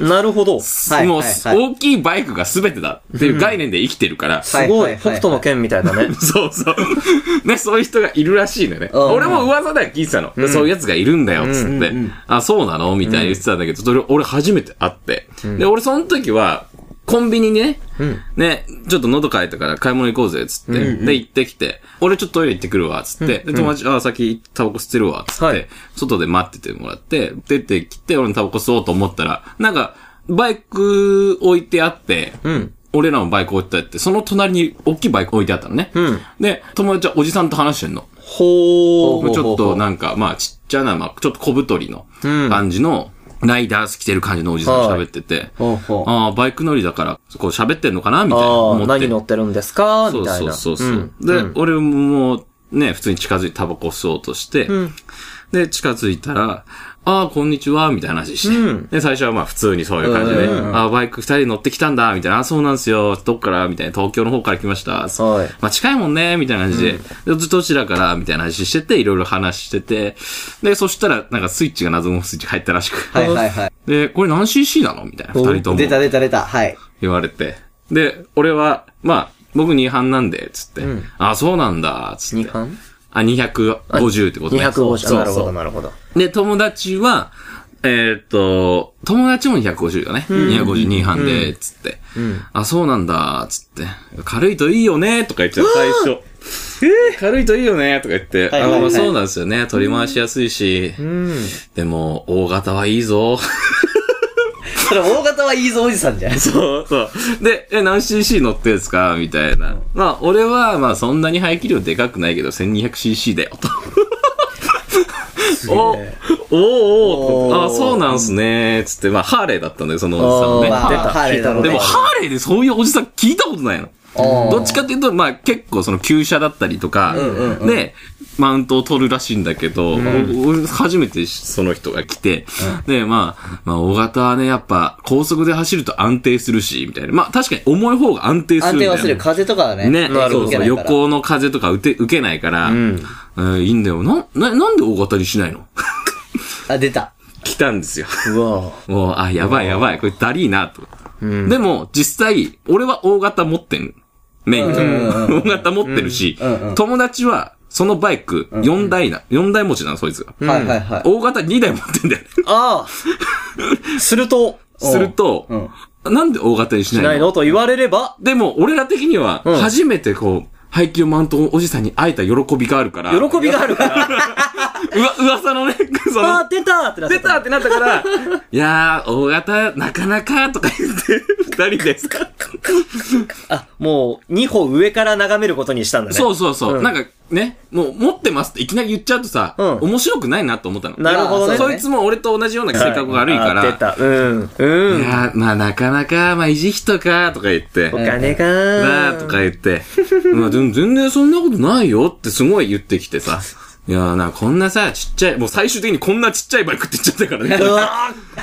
Speaker 3: なるほど。
Speaker 2: はい
Speaker 1: もう、
Speaker 2: はいはい
Speaker 1: 大きいバイクが全てだっていう概念で生きてるから。。
Speaker 3: すご
Speaker 2: はいはいはいはい
Speaker 3: い。北斗の剣みたいだね
Speaker 1: そうそう。ね、そういう人がいるらしいのよね。
Speaker 2: うん
Speaker 1: 俺も噂では聞いてたの。でそういうやつがいるんだよ、つって、
Speaker 2: うんうん
Speaker 1: あ、そうなのみたいに言ってたんだけど、それ俺初めて会って。で、俺その時は、コンビニにね、
Speaker 3: うん
Speaker 1: ね、ちょっと喉乾いたから買い物行こうぜ、つって、で、行ってきて、俺ちょっとトイレ行ってくるわ、つって、で、友達、あ、先タバコ吸ってるわ、つって、
Speaker 3: はい
Speaker 1: 外で待っててもらって、出てきて、俺のタバコ吸おうと思ったら、なんか、バイク置いてあって、
Speaker 3: うん。
Speaker 1: 俺らのバイク置いてあって、その隣に大きいバイク置いてあったのね。
Speaker 3: うん
Speaker 1: で、友達はおじさんと話してんの。
Speaker 3: ほー。
Speaker 1: ちょっとなんか、まあちっちゃな、まあちょっと小太りの
Speaker 3: うん
Speaker 1: 感じの、ライダース着てる感じのおじさんと喋ってて、
Speaker 2: ほうほう。
Speaker 1: ああ、バイク乗りだから、こう喋ってんのかなみたいな
Speaker 3: あ
Speaker 1: 思
Speaker 3: あ、
Speaker 1: って。
Speaker 3: 何乗ってるんですか
Speaker 1: そ
Speaker 3: み
Speaker 1: う
Speaker 3: たい
Speaker 1: そう
Speaker 3: な。
Speaker 1: そうそう。
Speaker 3: ん
Speaker 1: で、
Speaker 3: うん
Speaker 1: 俺ももうね、普通に近づいてタバコ吸おうとして、
Speaker 3: ん
Speaker 1: で、近づいたら、ああ、こんにちは、みたいな話して、
Speaker 3: うん
Speaker 1: で、最初はまあ普通にそういう感じで、
Speaker 3: うんうんうん
Speaker 1: ああ、バイク二人で乗ってきたんだ、みたいな、ああ、そうなんですよ、どっからみたいな、東京の方から来まし
Speaker 3: は
Speaker 1: た。
Speaker 3: い。
Speaker 1: まあ近いもんね、みたいな感じで、でどちらから、みたいな話してて、いろいろ話してて、で、そしたら、なんかスイッチが謎のスイッチ入ったらしく、
Speaker 2: はいはいはい。
Speaker 1: で、これ何 cc なのみたいな、二人とも。
Speaker 2: 出た出た出た。はい。
Speaker 1: 言われて。で、俺は、まあ、僕2班なんで、つって。
Speaker 3: うん
Speaker 1: あ、そうなんだ、つって。
Speaker 3: 2班
Speaker 1: あ、250ってことね。
Speaker 3: 250。
Speaker 1: そ
Speaker 3: な
Speaker 1: う
Speaker 3: る
Speaker 1: そ
Speaker 3: ほ
Speaker 1: う
Speaker 3: ど、なるほど。
Speaker 1: で、友達は、えーっと、友達も250だね。252班で、つって。
Speaker 3: ん
Speaker 1: あ、そうなんだ、つって。軽いといいよね、とか言ってた、最初。軽いといいよね、とか言って。
Speaker 2: はいはいはい
Speaker 1: あまあそうなんですよね。取り回しやすいし。
Speaker 3: うん。
Speaker 1: でも、大型はいいぞ。
Speaker 2: それ大型はいいぞおじさんじゃん。
Speaker 1: そうそう。で、え、何 cc 乗ってんすかみたいな。まあ、俺は、まあ、そんなに排気量でかくないけど、1200cc だよ、と。お、おーおー
Speaker 2: おー
Speaker 1: あ、そうなんすね。つって、まあ、ハーレーだったんだよ、そのおじ
Speaker 2: ま
Speaker 1: さん
Speaker 2: あ
Speaker 1: ね。
Speaker 2: ハーレーだろう
Speaker 1: で
Speaker 2: ね
Speaker 1: も、ハーレーでそういうおじさん聞いたことないの。
Speaker 2: おー
Speaker 1: どっちかっていうと、まあ、結構その、旧車だったりとか、
Speaker 2: んうんうん
Speaker 1: で、マウントを取るらしいんだけど、俺初めてその人が来て、で、まあ、まあ、大型はね、やっぱ、高速で走ると安定するし、みたいな。まあ、確かに重い方が安定
Speaker 2: 安
Speaker 1: するんだ
Speaker 2: 定
Speaker 1: よ、
Speaker 2: はする。風とかはね。
Speaker 1: ね、
Speaker 2: 影響
Speaker 1: そ
Speaker 2: を
Speaker 1: う
Speaker 2: 受け
Speaker 1: そう、
Speaker 2: ないから。
Speaker 1: 横の風とか受け受けないから、うんいいんだよ。な、な、なんで大型にしないの
Speaker 2: あ、出た。
Speaker 1: 来たんですよ。
Speaker 2: うわ
Speaker 1: もう、あ、やばいやばい、これだりーなと。でも、実際、俺は大型持ってん。免許。
Speaker 2: うん
Speaker 1: 大型持ってるし
Speaker 2: んうん、
Speaker 1: 友達は、そのバイク、4台な、4台持ちなの、そいつが。
Speaker 2: ぁ。はいはいはい。
Speaker 1: 大型2台持ってんだよね。
Speaker 3: ああすると、
Speaker 1: すると、なんで大型にし
Speaker 3: しな
Speaker 1: ない
Speaker 3: い
Speaker 1: の
Speaker 3: のと言われれば、
Speaker 1: でも、俺ら的には、
Speaker 3: ん
Speaker 1: 初めてこう、配給マントおじさんに会えた喜びがあるから、うわ、
Speaker 3: 喜びがあるから、
Speaker 1: 噂のね、 そ
Speaker 3: あ
Speaker 1: の、
Speaker 3: あ、出たってなっちゃ
Speaker 1: 出たってなったから、いやー、大型、なかなか、とか言って、 二人ですか
Speaker 3: あ、もう、2歩上から眺めることにしたんだね。
Speaker 1: そうそうそう。
Speaker 3: うん
Speaker 1: なんかね、もう持ってますっていきなり言っちゃうとさ、
Speaker 3: うん
Speaker 1: 面白くないなと思ったの。
Speaker 3: なるほどね
Speaker 2: あー
Speaker 1: そいつも俺と同じような性格が悪いから、
Speaker 3: あ
Speaker 1: い、
Speaker 3: 出た。うん。うん。
Speaker 1: やーまあなかなか、まあ維持費とか、とか言って
Speaker 3: お、金かー
Speaker 1: なあとか言って、 まあでも全然そんなことないよってすごい言ってきてさ、いやーな、こんなさ、ちっちゃい、もう最終的にこんなちっちゃいバイクって言っちゃったからね。
Speaker 2: うわ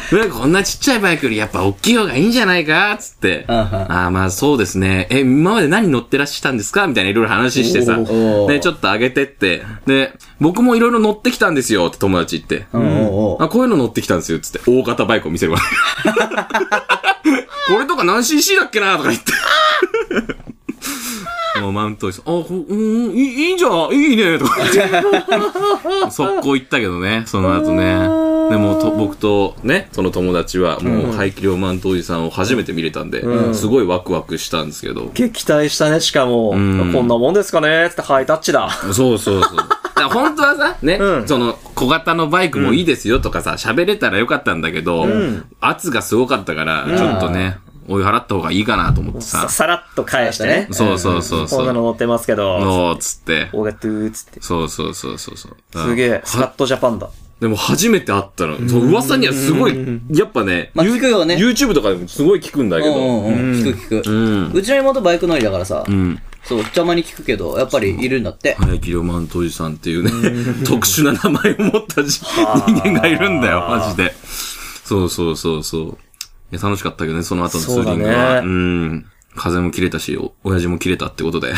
Speaker 1: うんこんなちっちゃいバイクよりやっぱ大きい方がいいんじゃないかつって。
Speaker 2: うんうん
Speaker 1: ああ、まあそうですね。え、今まで何乗ってらっしゃったんですかみたいないろいろ話してさ。
Speaker 2: おー
Speaker 1: で、ちょっと上げてって。で、僕もいろいろ乗ってきたんですよって友達言って。
Speaker 2: ぁ。おうおう
Speaker 1: あ、こういうの乗ってきたんですよ。つって、大型バイクを見せる わ。これとか何 cc だっけなとか言って。もうマウントです。あ、こうん、いいいいんじゃんいいねと か言って。速攻行ったけどね、その後ね。でもと、僕とね、その友達は、もう、排気量満頭おじさんを初めて見れたんで、すごいワクワクしたんですけど。
Speaker 3: 撃退したね、しかも。こ
Speaker 1: ん
Speaker 3: んなもんですかねつってハイタッチだ。
Speaker 1: そうそう そう。だから本当はさ、ね、
Speaker 3: うん
Speaker 1: その小型のバイクもいいですよとかさ、喋れたらよかったんだけど、圧がすごかったから、ちょっとね、追い払った方がいいかなと思ってさ
Speaker 3: さ、、さらっと返してね。
Speaker 1: そうそうそう
Speaker 3: こん
Speaker 1: そ
Speaker 3: なの
Speaker 1: う。
Speaker 3: 乗ってますけど。
Speaker 1: のつって。
Speaker 3: オーガトゥーっつって。
Speaker 1: そうそうそうそうそう。
Speaker 3: すげえ、スカ
Speaker 1: は
Speaker 3: ットジャパンだ。
Speaker 1: でも初めて会ったの。そう噂にはすごい、やっぱね、
Speaker 2: まあ聞くよね
Speaker 1: YouTube とかでもすごい聞くんだけ
Speaker 2: うん
Speaker 1: ど。
Speaker 2: うんうん。聞く聞
Speaker 1: う
Speaker 2: く。
Speaker 1: ん。
Speaker 2: うちの妹バイク乗りだからさ
Speaker 1: う、ん。
Speaker 2: そう、たまに聞くけど、やっぱりいるんだって。
Speaker 1: 早木ロマントジさんっていうね、特殊な名前を持ったじ人間がいるんだよ、マジで。そうそうそうそう。いや楽しかったけどね、その後のツーリング
Speaker 3: そうだ
Speaker 1: は。う
Speaker 3: ね
Speaker 1: ん。風も切れたし、お親父も切れたってことで。
Speaker 2: いい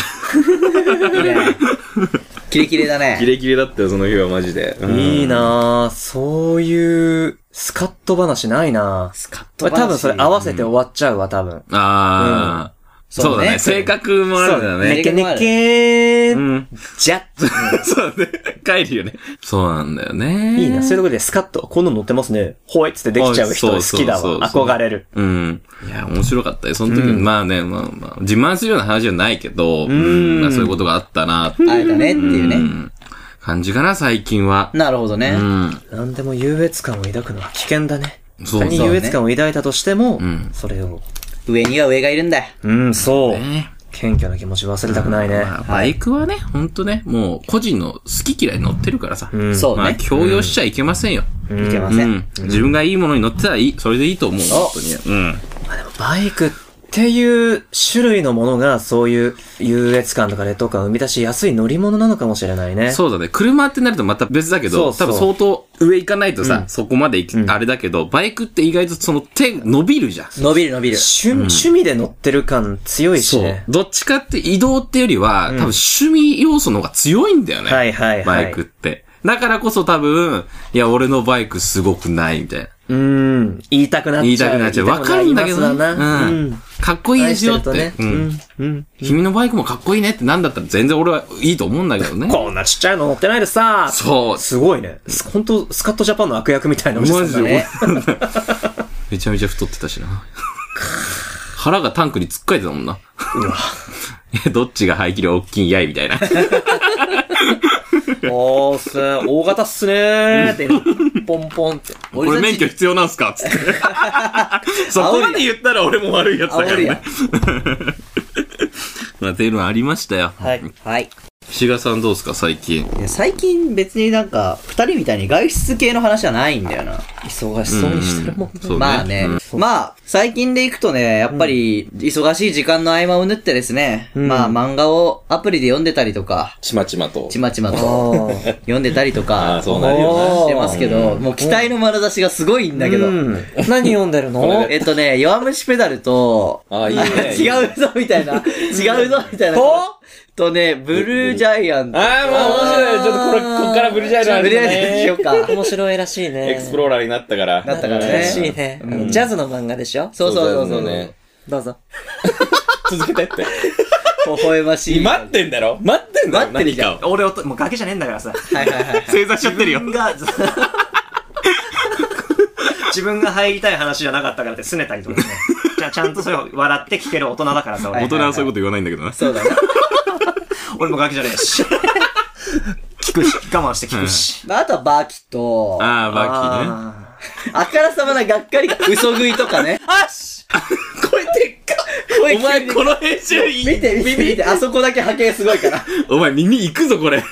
Speaker 2: ねキレキレだね。
Speaker 4: レキレだったよ、その日はマジで。
Speaker 3: いいなぁ。そういう、スカット話ないなぁ。スカッ
Speaker 2: ト話
Speaker 3: 多分それ合わせて終わっちゃうわ、多分。
Speaker 1: ああ、そうだね。性格もあるんだ
Speaker 3: ね
Speaker 1: ね。
Speaker 3: けねけー。
Speaker 1: ん
Speaker 3: じゃ
Speaker 1: そうだね。帰るよね。そうなんだよね。
Speaker 3: いいな、そういうところでスカッと、こんなの乗ってますね。ほいっつってできちゃう人
Speaker 1: あ
Speaker 3: 好
Speaker 1: そうそう
Speaker 3: きだ
Speaker 1: そう
Speaker 3: わ。憧れる。
Speaker 1: うん。いや、面白かったよ。その時、まあね、まあまあ、自慢するような話じゃないけど、まあそういうことがあったな、
Speaker 2: 会えたねっていう
Speaker 1: う
Speaker 2: ね。
Speaker 1: ん感じかな、最近は。
Speaker 2: なるほどね。
Speaker 1: うん。
Speaker 3: 何でも優越感を抱くのは危険だね。
Speaker 1: そう
Speaker 3: 他に優越感を抱いたとしても
Speaker 1: ん、
Speaker 3: それを。
Speaker 2: 上には上がいるんだ。
Speaker 3: うん、そう。
Speaker 1: ね
Speaker 3: 謙虚な気持ち忘れたくないね。
Speaker 1: まあバイクはね、ほんとね、もう個人の好き嫌い乗ってるからさ。
Speaker 3: ん
Speaker 2: そう
Speaker 1: まあ、
Speaker 2: ね。
Speaker 1: 強要しちゃいけませんよ。
Speaker 2: いけま
Speaker 1: う
Speaker 2: せん。
Speaker 1: ん。自分がいいものに乗ってたらいい。それでいいと思う。本当に。うん。
Speaker 3: バイクっていう種類のものが、そういう優越感とか劣等感を生み出しやすい乗り物なのかもしれないね。
Speaker 1: そうだね。車ってなるとまた別だけど、
Speaker 3: そうそう
Speaker 1: 多分相当上行かないとさ、そこまで行き、あれだけど、バイクって意外とその手伸びるじゃん。
Speaker 2: 伸びる伸びる。
Speaker 3: 趣趣味で乗ってる感強いしね。
Speaker 1: どっちかって移動っていうよりは、多分趣味要素の方が強いんだよね。
Speaker 3: はいはいはい
Speaker 1: バイクって。だからこそ多分、いや、俺のバイクすごくない、みたいな。
Speaker 3: うーん。言いたくなっちゃう。
Speaker 1: 言いたくなっちゃう。わかるんだけど
Speaker 3: 言いたくなりますわ
Speaker 1: な。
Speaker 3: な
Speaker 1: う
Speaker 3: うんん。。
Speaker 1: かっこいいで
Speaker 3: 愛
Speaker 1: す
Speaker 3: して
Speaker 1: よ
Speaker 3: る
Speaker 1: っ
Speaker 3: と
Speaker 1: て
Speaker 3: ね。。
Speaker 1: う。
Speaker 3: うんん。うん。
Speaker 1: 君のバイクもかっこいいねってなんだったら全然俺はいいと思うんだけどね。
Speaker 3: こんなちっちゃいの乗ってないでさ。
Speaker 1: そう。
Speaker 3: すごいね。すほんと、スカットジャパンの悪役みたいなおじさんだね。
Speaker 1: めちゃめちゃ太ってたしな。腹がタンクに突っかいてたもんな。 えどっちが排気量大きいんやいみたいな。
Speaker 3: おーっす大型っすねーって、ポンポンって。
Speaker 1: これ免許必要なんすかつ って。そこまで言ったら俺も悪いやつだから
Speaker 2: 煽るやん
Speaker 1: ね。 まあ、っていうのはありましたよ。
Speaker 3: はい。
Speaker 2: はい。
Speaker 1: 志賀さんどうですか最近。
Speaker 2: いや最近別になんか、二人みたいに外出系の話はないんだよな。忙しそうにしてるもん、
Speaker 1: そうね
Speaker 2: まあね、まあ、最近で行くとね、やっぱり、忙しい時間の合間を縫ってですね、まあ漫画をアプリで読んでたりとか、
Speaker 4: ちまちまと。
Speaker 2: ちまちま
Speaker 3: あ
Speaker 2: と
Speaker 3: ー。
Speaker 2: 読んでたりと
Speaker 4: あ
Speaker 2: か
Speaker 4: あ、、そうなるよ
Speaker 2: してますけど、もう期待の眼差しがすごいんだけど、
Speaker 3: うん何読んでるの
Speaker 2: えっとね、弱虫ペダルと、
Speaker 4: な。ああ、いいね。
Speaker 2: 違うぞみたいな、違うぞみたいな。
Speaker 3: と
Speaker 2: とね、ブルージャイアント。
Speaker 4: ああ、まあ面白い。ちょっとこれ、こっからブルジャイアン
Speaker 2: ブ
Speaker 4: ト
Speaker 2: ルージャイアント
Speaker 4: ね
Speaker 2: にしようか。
Speaker 3: 面白いらしいね
Speaker 4: エクスプローラーにになったから。
Speaker 2: なったからね
Speaker 5: 悲しいね。あのジャズの漫画でしょ
Speaker 2: そうそうそう
Speaker 4: そ
Speaker 2: そうう。
Speaker 4: だよね
Speaker 5: どうぞ。
Speaker 4: 続けてって。
Speaker 2: 微笑ましい。
Speaker 4: 待ってんだろ待ってんだろ
Speaker 2: 待ってる
Speaker 4: 何
Speaker 2: じゃ
Speaker 4: か
Speaker 2: ん
Speaker 4: を。
Speaker 3: 俺おと、もう崖じゃねえんだからさ。
Speaker 2: はいはいはい。
Speaker 1: 正座しちゃってるよ。
Speaker 3: が、ず自分が入りたい話じゃなかったからって拗ねたりとかね。じゃあちゃんとそれを笑って聞ける大人だからさ、
Speaker 1: 大
Speaker 3: 俺
Speaker 1: 人はそういうこと言わないんだけどな。
Speaker 2: そうだね。
Speaker 3: 俺もガキじゃねえ し。聞くし、我慢して聞くし。
Speaker 2: まあ、あとはバーキと、あ
Speaker 1: ああ、バーキーね。
Speaker 3: あ
Speaker 2: からさまながっかり、嘘食いと かね。
Speaker 3: ーあっし
Speaker 2: 声でっか声
Speaker 4: お前、
Speaker 2: 急に
Speaker 4: この編集いい。
Speaker 2: 見て見て見て、あそこだけ波形すごい から。
Speaker 1: お前耳行く ぞ、これ。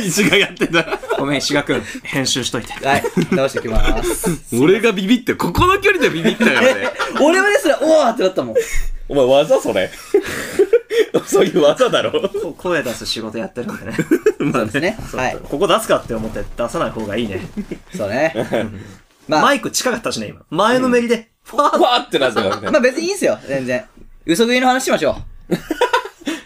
Speaker 1: 石がやってた。
Speaker 3: ごめん、志賀くん。編集しといて。
Speaker 2: はい、直してきます。
Speaker 1: 俺がビビって、ここの距離でビビったからね。
Speaker 2: 俺はですら、おーってなったもん。
Speaker 4: お前、技それ。 そういう技 だろ。
Speaker 3: こ声出す仕事やってるんでね。
Speaker 1: まあね。
Speaker 2: ね。はい。
Speaker 3: ここ出すかって思って出さない方がいいね。
Speaker 2: そうね。ま
Speaker 3: マ
Speaker 2: あ、
Speaker 3: イク近かったしね、今。前のめりで。ファ
Speaker 4: わーってなったからね
Speaker 2: まあ別にいいんすよ、全然。嘘食いの話しましょ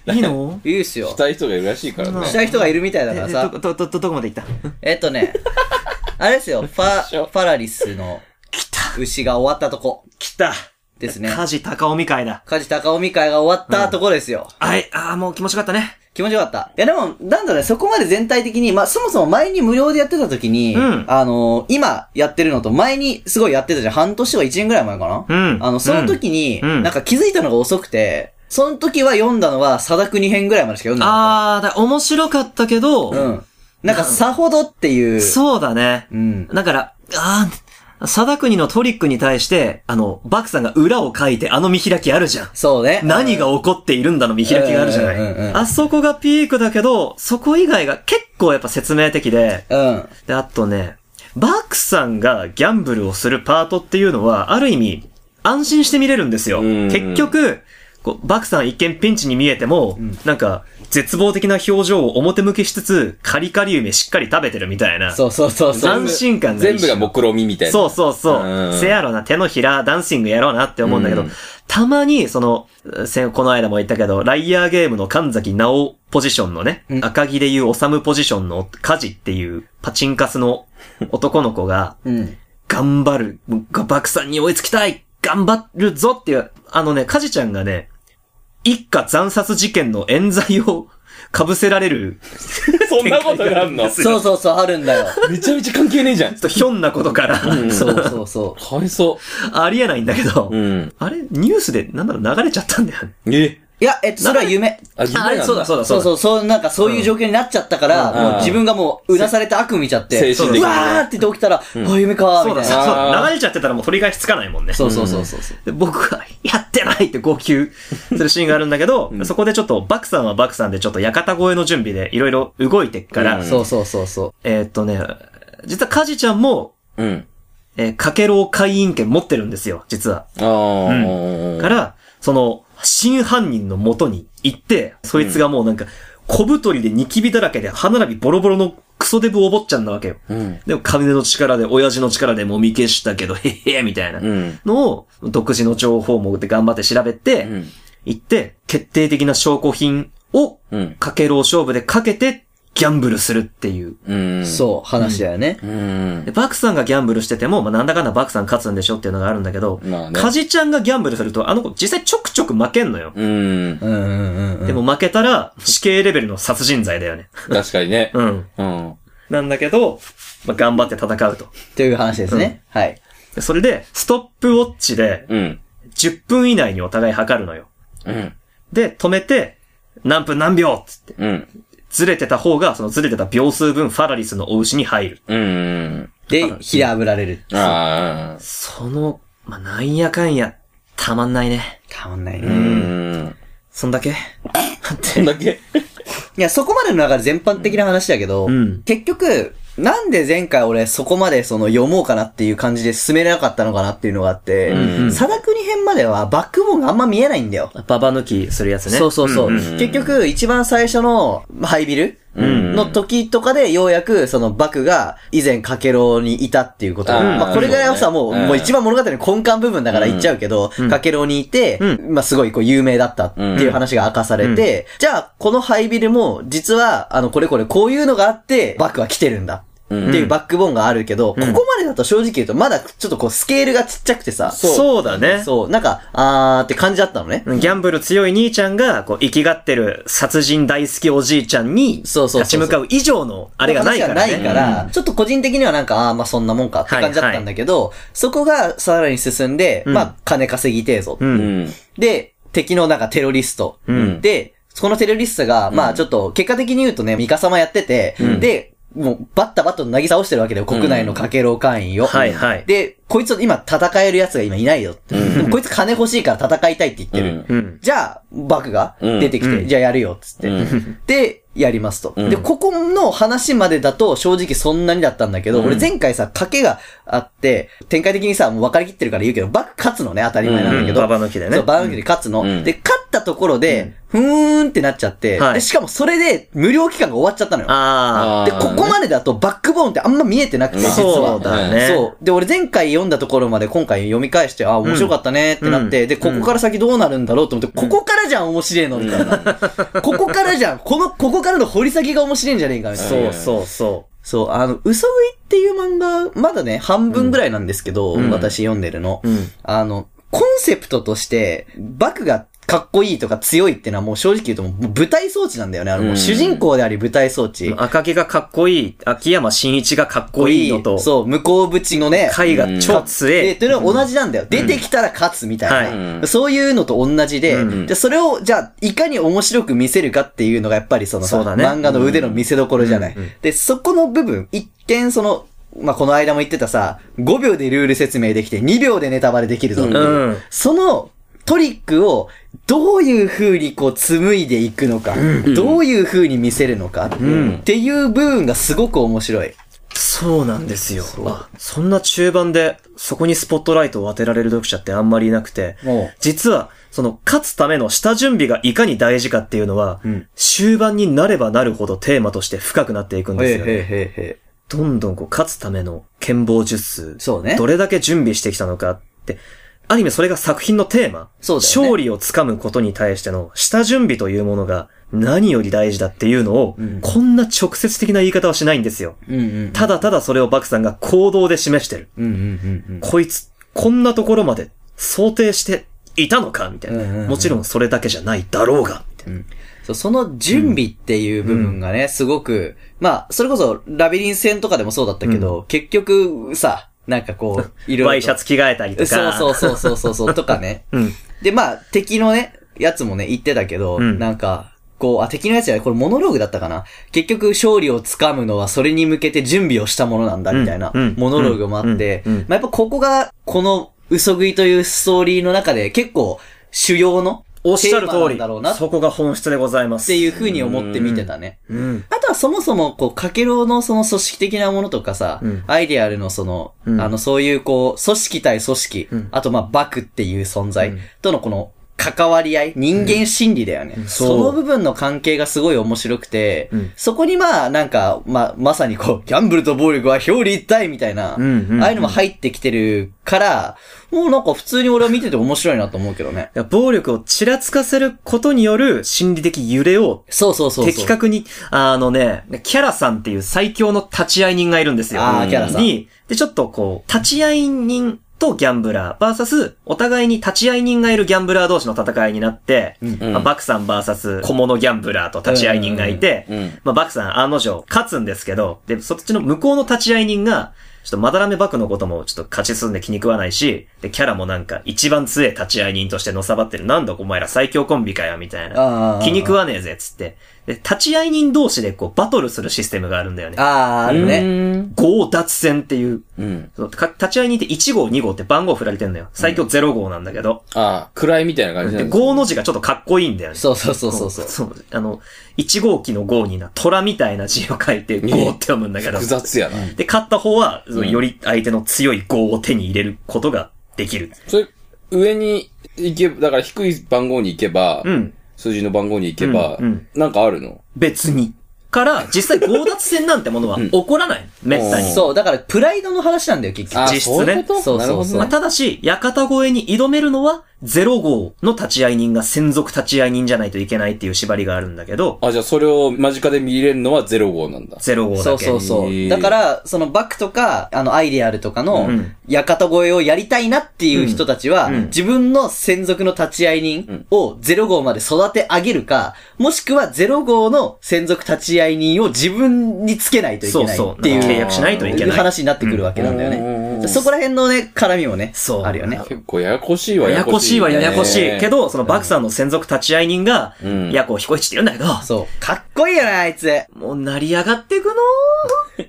Speaker 3: ーいいの
Speaker 2: う。いいっすよ
Speaker 4: し。たい人がいるらしいからね。
Speaker 2: したい人がいるみたいだ
Speaker 3: え
Speaker 2: から
Speaker 3: え
Speaker 2: さ
Speaker 3: ど、。ど、ど、ど、どこまで行った
Speaker 2: えっとね、あ れですよ、ファ、ファラリスの
Speaker 3: 来た
Speaker 2: 牛が終わったとこ
Speaker 3: 来た
Speaker 2: ですね。
Speaker 3: 家事高尾み会だ。
Speaker 2: 梶高臣会が終わったとこですよ。
Speaker 3: はい、ああ、もう気持ちよかったね。
Speaker 2: 気持ちよかった。いやでも、なんだろうね、そこまで全体的に、まあそもそも前に無料でやってた時に、
Speaker 3: うん
Speaker 2: あのー今やってるのと前にすごいやってたじゃん。半年とか1年ぐらい前かな。
Speaker 3: うん
Speaker 2: あの、その時に、
Speaker 3: うん
Speaker 2: なんか気づいたのが遅くて、その時は読んだのは、貞国編ぐらいまでしか読んだな
Speaker 3: ああ、だから面白かったけど、
Speaker 2: かった。うん。なんか、さほどっていう。
Speaker 3: そうだね。
Speaker 2: うん。
Speaker 3: だから、ああ、貞国のトリックに対して、あの、バクさんが裏を書いてあの見開きあるじゃん。
Speaker 2: そうね。
Speaker 3: 何が起こっているんだの見開きがあるじゃな
Speaker 2: うんうんうんう
Speaker 3: い。
Speaker 2: ん
Speaker 3: あそこがピークだけど、そこ以外が結構やっぱ説明的で、
Speaker 2: うん。
Speaker 3: で、あとね、バクさんがギャンブルをするパートっていうのは、ある意味、安心して見れるんですよ。
Speaker 4: うん
Speaker 3: 結局、こうバクさん一見ピンチに見えても、なんか、絶望的な表情を表向きしつつ、カリカリ梅しっかり食べてるみたいな。
Speaker 2: そうそうそうそう。
Speaker 3: 斬新感がい
Speaker 4: 全
Speaker 3: いし
Speaker 4: 部が目論見みたいな。
Speaker 3: そうそうそう。
Speaker 4: うん
Speaker 3: せやろな、手のひら、ダンシングやろうなって思うんだけど、
Speaker 4: うん
Speaker 3: たまに、その、せこの間も言ったけど、ライヤーゲームの神崎直ポジションのね、
Speaker 2: うん
Speaker 3: 赤木でいうおさむポジションのカジっていうパチンカスの 男の子が、
Speaker 2: うん。
Speaker 3: 頑張る、が爆さんに追いつきたい頑張るぞっていう、あのね、カジちゃんがね、一家惨殺事件の冤罪を 被せられる、
Speaker 4: そんなことがあんの
Speaker 2: そうそうそう、あるんだよ。
Speaker 4: めちゃめちゃ関係ねえじゃん。
Speaker 3: ちょっとひょんなことから、
Speaker 2: そうそうそ
Speaker 4: かわいそ
Speaker 3: ありえないんだけど、
Speaker 4: う。うん。
Speaker 3: あれニュースで、なんだろう、流れちゃったんだよね。
Speaker 4: え
Speaker 2: う。いや、えっと、それは夢。
Speaker 4: あ、夢なんだ。
Speaker 3: うだ
Speaker 2: そうそう、そう、なんかそういう状況になっちゃったから、
Speaker 4: うん
Speaker 2: もう自分がもう、うなされて悪夢見ちゃって、
Speaker 4: 精神的
Speaker 2: う
Speaker 4: に
Speaker 2: わーって言って起きたら、あ、夢かー
Speaker 3: そ
Speaker 2: み
Speaker 3: うだ、
Speaker 2: たい
Speaker 3: そう
Speaker 2: な。
Speaker 3: だ
Speaker 4: あー
Speaker 3: 流れちゃってたらもう取り返しつかないもんね。
Speaker 2: そうそうそうそうそう。
Speaker 3: で僕は、やってないって号泣するシーンがあるんだけど、そこでちょっと、バクさんはバクさんでちょっと館越えの準備でいろいろ動いてっから、
Speaker 4: うん
Speaker 2: そうそうそうそう。
Speaker 3: えーっとね、実はカジちゃんも、
Speaker 4: うん。
Speaker 3: えー、かけろう会員権持ってるんですよ、実は。
Speaker 4: あー。
Speaker 3: から、その、真犯人の元に行って、そいつがもうなんか、小太りでニキビだらけで歯並びボロボロのクソデブお坊ちゃんなわけよ。
Speaker 4: うん。
Speaker 3: でも金の力で、親父の力でもみ消したけど、へへへ、みたいな
Speaker 4: うん。
Speaker 3: のを、独自の情報網で頑張って調べ
Speaker 4: う
Speaker 3: て、
Speaker 4: ん。
Speaker 3: 行って、決定的な証拠品を、
Speaker 4: うん。
Speaker 3: かけろう勝負でかけて、ギャンブルするっていう。
Speaker 4: うん。
Speaker 2: そう、話だよね。
Speaker 4: う。うん
Speaker 3: で、。バクさんがギャンブルしてても、まあ、なんだかんだバクさん勝つんでしょっていうのがあるんだけど、
Speaker 4: まあね。
Speaker 3: カジちゃんがギャンブルすると、あの子実際ちょくちょく負けんのよ。
Speaker 4: うん。
Speaker 2: うんうんうんうん。
Speaker 3: でも負けたら、死刑レベルの殺人罪だよね。
Speaker 4: 確かにね。
Speaker 3: うん。
Speaker 4: うん。
Speaker 3: なんだけど、まあ、頑張って戦うと。
Speaker 2: という話ですね。はい。
Speaker 3: でそれで、ストップウォッチで、
Speaker 4: うん。
Speaker 3: 10分以内にお互い測るのよ。
Speaker 4: うん。
Speaker 3: で、止めて、何分何秒っつって、
Speaker 4: うん。
Speaker 3: ずれてた方が、そのずれてた秒数分、ファラリスのお牛に入る。
Speaker 4: うん。
Speaker 2: で、火あぶられる。
Speaker 4: あー。
Speaker 3: その、まあ、なんやかんや、たまんないね。
Speaker 2: たまんないうね。
Speaker 4: ん。
Speaker 3: そんだけ
Speaker 4: そんだけ
Speaker 2: いや、そこまでの中で全般的な話だけど
Speaker 3: うん、
Speaker 2: 結局、なんで前回俺そこまでその読もうかなっていう感じで進めれなかったのかなっていうのがあって
Speaker 4: うんう、ん
Speaker 2: サダクニ編まではバックボーンがあんま見えないんだよ。
Speaker 3: ババ抜きするやつね。
Speaker 2: そうそうそう。
Speaker 4: うんうんうん
Speaker 2: 結局、一番最初のハイビル
Speaker 4: ん
Speaker 2: の時とかで、ようやく、その、バクが、以前、かけろうにいたっていうこと。
Speaker 4: うん
Speaker 2: まあ、これがさ、もう、
Speaker 4: うん
Speaker 2: もう一番物語の根幹部分だから言っちゃうけど、かけろうにいて、
Speaker 3: うん
Speaker 2: まあ、すごい、こう、有名だったっていう話が明かされて、じゃあ、このハイビルも、実は、あの、これこれ、こういうのがあって、バクは来てるんだ。っていうバックボーンがあるけど、ここまでだと正直言うと、まだちょっとこう、スケールがちっちゃくてさ、
Speaker 3: そうだね。
Speaker 2: そう、なんか、あーって感じだったのね。
Speaker 3: ギャンブル強い兄ちゃんが、こう、生きがってる殺人大好きおじいちゃんに、
Speaker 2: そうそうそうそう
Speaker 3: 立ち向かう以上の、あ
Speaker 2: あ
Speaker 3: れがないからね。
Speaker 2: ないから、ちょっと個人的にはなんか、ああー、まあそんなもんかって感じだったんだけど、そこがさらに進んで、
Speaker 3: ん
Speaker 2: まあ金稼ぎてえぞ。
Speaker 3: うん。うん。
Speaker 4: ん。
Speaker 2: で、敵のなんかテロリスト。
Speaker 3: ん
Speaker 2: で、そのテロリストが、まあちょっと、結果的に言うとね、ミカ様やってて、で、もう、バッタバッタと渚をしてるわけだよ、国内のかけろ会員を。
Speaker 3: はいはい
Speaker 2: で、こいつと今戦える奴が今いないよって。でもこいつ金欲しいから戦いたいって言ってる。
Speaker 4: うん
Speaker 3: うん。
Speaker 2: じゃあ、バクが出てきて、
Speaker 3: うん
Speaker 2: じゃあやるよ、つって。
Speaker 4: うん
Speaker 2: で、やりますと。
Speaker 4: ん
Speaker 2: で、ここの話までだと正直そんなにだったんだけど、俺前回さ、賭けがあって、展開的にさ、もう分かりきってるから言うけど、バク勝つのね、当たり前なんだけど。
Speaker 3: うんババ抜きでね
Speaker 2: そう、ババ抜きで勝つの。
Speaker 4: うん
Speaker 2: で、勝ったところで、ふーんってなっちゃって、
Speaker 3: はい
Speaker 2: で、しかもそれで無料期間が終わっちゃったのよ。
Speaker 3: あ
Speaker 4: あ
Speaker 2: で、
Speaker 4: ー
Speaker 2: ここまでだとバックボーンってあんま見えてなくて、
Speaker 3: あ。
Speaker 2: 実は。
Speaker 3: そうだね。
Speaker 2: そう。で、俺前回読んだところまで今回読み返して、あ、面白かったねってなって、
Speaker 3: うん
Speaker 2: で、ここから先どうなるんだろうと思って、ここからじゃん、面白いの、みたいな。ここからじゃん、この、ここからの掘り先が面白いんじゃねえか、みたい
Speaker 3: そ
Speaker 2: な。
Speaker 3: うそうそ
Speaker 2: そう、あの、嘘食いっていう漫画、まだね、半分ぐらいなんですけど、
Speaker 3: ん
Speaker 2: 私読んでるの。
Speaker 3: う。うん。
Speaker 2: あの、コンセプトとして、バクがかっこいいとか強いってのはもう正直言うともう舞台装置なんだよね。あの、もう主人公であり舞台装置。かっ
Speaker 3: 赤木がかっこいい、秋山真一がかっこいいのと、
Speaker 2: そう、向こう縁のね、
Speaker 3: 海が超強
Speaker 2: で、
Speaker 3: え。
Speaker 2: というのは同じなんだよ。出てきたら勝つみたいな。
Speaker 4: はい
Speaker 2: そういうのと同じで、
Speaker 3: う
Speaker 2: じゃあそれを、じゃあ、いかに面白く見せるかっていうのがやっぱりそのさ
Speaker 3: そうだね
Speaker 2: 漫画の腕の見せどころじゃない。で、そこの部分、一見その、まあ、この間も言ってたさ、5秒でルール説明できて、2秒でネタバレできるぞっていう
Speaker 3: うん
Speaker 2: そのトリックを、どういう風にこう紡いでいくのか、どういう風に見せるのか、っていう部分がすごく面白い。
Speaker 3: そうなんですよ。あそんな中盤で、そこにスポットライトを当てられる読者ってあんまりいなくて
Speaker 2: おう、
Speaker 3: 実は、その、勝つための下準備がいかに大事かっていうのは、終盤になればなるほどテーマとして深くなっていくんですよね。
Speaker 2: へへ。
Speaker 3: どんどんこう、勝つための剣謀術数、
Speaker 2: そうね
Speaker 3: どれだけ準備してきたのかって、アニメそれが作品のテーマ、
Speaker 2: そうだよね
Speaker 3: 勝利をつかむことに対しての下準備というものが何より大事だっていうのを、こんな直接的な言い方はしないんですよ。
Speaker 2: うんうん。
Speaker 3: ただただそれをバクさんが行動で示してる。
Speaker 2: うんうんうんうん。
Speaker 3: こいつ、こんなところまで想定していたのかみたいな、
Speaker 2: うんうんうん
Speaker 3: もちろんそれだけじゃないだろうが。みたいな
Speaker 2: そうその準備っていう部分がね、すごく、まあ、それこそ、ラビリン戦とかでもそうだったけど、結局、さ、なんかこ う、いろいろと。
Speaker 3: ワイシャツ着替えたりとか。
Speaker 2: そうそうそうそうそうそう、とかね。
Speaker 3: うん。
Speaker 2: で、まあ、敵のね、やつもね、言ってたけど、
Speaker 3: うん
Speaker 2: なんか、こう、あ、敵のやつや、これモノローグだったかな。結局、勝利をつかむのは、それに向けて準備をしたものなんだ、みたいな、
Speaker 3: うんうん
Speaker 2: モノローグもあって、
Speaker 3: うんうん
Speaker 2: まあ、やっぱここが、この、嘘食いというストーリーの中で、結構、主要の、
Speaker 3: おっしゃる
Speaker 2: テーマ
Speaker 3: 通
Speaker 2: なんだろう
Speaker 3: り
Speaker 2: な、っ
Speaker 3: そこが本質でございます。
Speaker 2: ていう風に思って見てたね。
Speaker 3: うん。
Speaker 2: あとはそもそも、こう、かけろうのその組織的なものとかさ、
Speaker 3: うん
Speaker 2: アイデアルのその、
Speaker 3: うん
Speaker 2: あの、そういうこう、組織対組織、
Speaker 3: ん
Speaker 2: あとまあ、バクっていう存在
Speaker 3: うん
Speaker 2: とのこの、関わり合い、人間心理だよね、
Speaker 3: そう
Speaker 2: その部分の関係がすごい面白くて、
Speaker 3: うん
Speaker 2: そこにまあ、なんか、まあ、まさにこう、ギャンブルと暴力は表裏一体みたいな、
Speaker 3: うんうんうん
Speaker 2: ああいうのも入ってきてるから、もうなんか普通に俺は見てて面白いなと思うけどね。
Speaker 3: いや暴力をちらつかせることによる心理的揺れを
Speaker 2: そうそうそうそう。
Speaker 3: 的確に、あのね、キャラさんっていう最強の立ち会い人がいるんですよ。
Speaker 2: あーキャラさん
Speaker 3: に、で、ちょっとこう、立ち会い人とギャンブラー、バーサス、お互いに立ち会い人がいるギャンブラー同士の戦いになって、まあバクさんバーサス小物ギャンブラーと立ち会い人がいて、
Speaker 4: うんうん
Speaker 3: まあ、バクさん案の定勝つんですけど、で、そっちの向こうの立ち会い人が、ちょっとまだらめバクのこともちょっと勝ち進んで気に食わないし、で、キャラもなんか一番強い立ち会い人としてのさばってる、なんだお前ら最強コンビかよ、みたい
Speaker 2: あ
Speaker 3: な
Speaker 2: ー。
Speaker 3: 気に食わねえぜ、つって。で、立ち会い人同士でこうバトルするシステムがあるんだよね。
Speaker 2: あー、あるね。
Speaker 3: 強奪戦っていう。
Speaker 4: うん。
Speaker 3: そうか立ち会い人って1号、2号って番号振られてんのよ。最強0号なんだけど。
Speaker 4: ああ、暗いみたいな感じな
Speaker 3: で、
Speaker 4: んですね
Speaker 3: 5の字がちょっとかっこいいんだよね。
Speaker 2: そうそうそうそうそう。
Speaker 3: そう。あの、1号機の号にな、虎みたいな字を書いて、号って読むんだけど。
Speaker 4: 複雑やな。
Speaker 3: で、勝った方は、より相手の強い号を手に入れることができる。
Speaker 4: それ、上に行けば、だから低い番号に行けば、
Speaker 3: うん。
Speaker 4: 数字の番号に行けば、
Speaker 3: うんうん
Speaker 4: なんかあるの
Speaker 3: 別に。から、実際、強奪戦なんてものは
Speaker 4: ん
Speaker 3: 起こらない。めったに。
Speaker 2: そう、だからプライドの話なんだよ、結局。
Speaker 4: あ
Speaker 3: 実質ね
Speaker 4: そういうこと
Speaker 2: そうそうそう
Speaker 4: なるほど
Speaker 3: まあ、
Speaker 4: ね。
Speaker 3: ただし、館越えに挑めるのは、 0号の立ち会い人が専属立ち会い人じゃないといけないっていう縛りがあるんだけど、
Speaker 1: あ、じゃあそれを間近で見れるのは0号なんだ。
Speaker 3: 0号だけ。
Speaker 2: そうそうそ
Speaker 1: へー
Speaker 2: う。だから、そのバクとか、あの、アイデアルとかの
Speaker 3: うん、
Speaker 2: 館越えをやりたいなっていう人たちは、
Speaker 3: うんうん
Speaker 2: 自分の専属の立ち会い人を0号まで育て上げるか、もしくは0号の専属立ち会い人を自分につけないといけない
Speaker 3: そうそう
Speaker 2: っていう
Speaker 3: 契約しないといけない
Speaker 2: 話になってくるわけなんだよね。そこら辺のね、絡みもね、
Speaker 3: そう
Speaker 2: あるよね。
Speaker 1: 結構ややこしいわ、
Speaker 3: ややこしいはややこしい。
Speaker 1: ね
Speaker 3: け、ど、そのバクさんの専属立ち会い人が、
Speaker 1: ん
Speaker 3: ヤコウ彦一って言うんだけど、
Speaker 2: そう。かっこいいよね、あいつ。
Speaker 3: もう成り上がってくの本当に。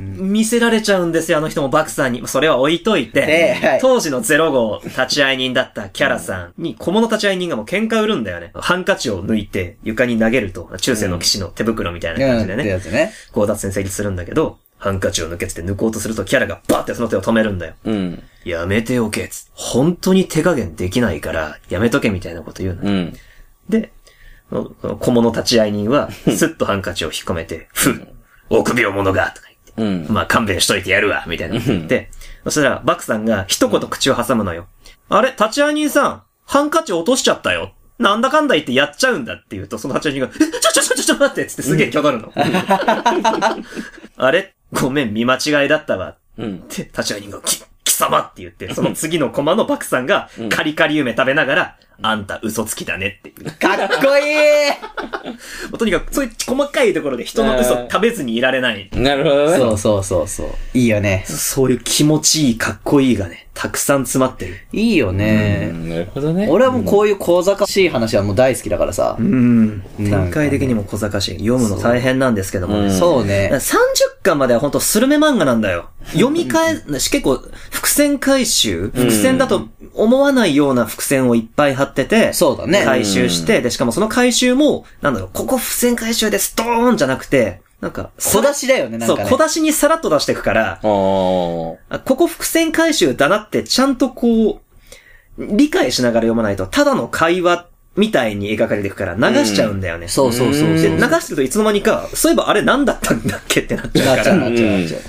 Speaker 3: 見せられちゃうんですよ、あの人もバクさんに。それは置いといて。
Speaker 2: ええはい
Speaker 3: 当時のゼロ号立ち会い人だったキャラさんに、小物立ち会い人がもう喧嘩売るんだよね。ハンカチを抜いて床に投げると、中世の騎士の手袋みたいな感じで
Speaker 2: うんって
Speaker 3: ね、
Speaker 2: やつね。
Speaker 3: 強奪戦成立するんだけど、ハンカチを抜けつって抜こうとするとキャラがバーってその手を止めるんだよ。
Speaker 1: うん。
Speaker 3: やめておけ、つ。本当に手加減できないから、やめとけみたいなこと言うの。
Speaker 1: うん。
Speaker 3: で、小物立ち会い人は、スッとハンカチを引っ込めて、ふん、臆病者が、とか
Speaker 1: う
Speaker 3: 言って、
Speaker 1: ん。
Speaker 3: まあ勘弁しといてやるわ、みたいなこと言って、そしたら、バクさんが一言口を挟むのよ。あれ、立ち会い人さん、ハンカチ落としちゃったよ。なんだかんだ言ってやっちゃうんだって言うと、その立ち会い人が、え、ちょちょちょちょちょ待ってっつってすげえ挙がるの。あれ、ごめん、見間違いだったわ。
Speaker 1: うん。
Speaker 3: で、立ち会い人が、き、貴様って言って、その次のコマのバクさんが、カリカリ梅食べながら、あんた嘘つきだねって言う。
Speaker 2: かっこいい
Speaker 3: もうとにかく、そういう細かいところで人の嘘
Speaker 1: えー
Speaker 3: 食べずにいられない。
Speaker 1: なるほどね。
Speaker 2: そうそうそうそう。いいよね。
Speaker 3: そういう気持ちいい、かっこいいがね、たくさん詰まってる。
Speaker 2: いいよね。
Speaker 1: うんなるほどね。
Speaker 2: 俺はもうこういう小賢しい話はもう大好きだからさ
Speaker 3: う。ん。
Speaker 2: なん
Speaker 3: 展
Speaker 2: かね
Speaker 3: 開的にも小賢しい。読むの大変なんですけどもね。
Speaker 2: そうね。
Speaker 3: 30巻までは本当スルメ漫画なんだよ。読み返し、結構、伏線回収伏線だと思わないような伏線をいっぱい貼ってて、
Speaker 2: そうだね。
Speaker 3: 回収して、で、しかもその回収も、なんだろう、ここ伏線回収です、ドーンじゃなくて、なんか、
Speaker 2: 小出しだよね、なん
Speaker 3: そう、
Speaker 2: かね。
Speaker 3: 小出しにさらっと出してくから、
Speaker 1: ああ。
Speaker 3: あここ伏線回収だなってちゃんとこう、理解しながら読まないと、ただの会話みたいに描かれていくから流しちゃうんだよね。
Speaker 2: そうそうそう
Speaker 3: で
Speaker 2: そう。
Speaker 3: 流してるといつの間にか、そういえばあれ何だったんだっけってなっちゃう
Speaker 2: な
Speaker 3: か
Speaker 2: っちゃ
Speaker 3: ら
Speaker 2: う、なっちゃう、なっちゃう。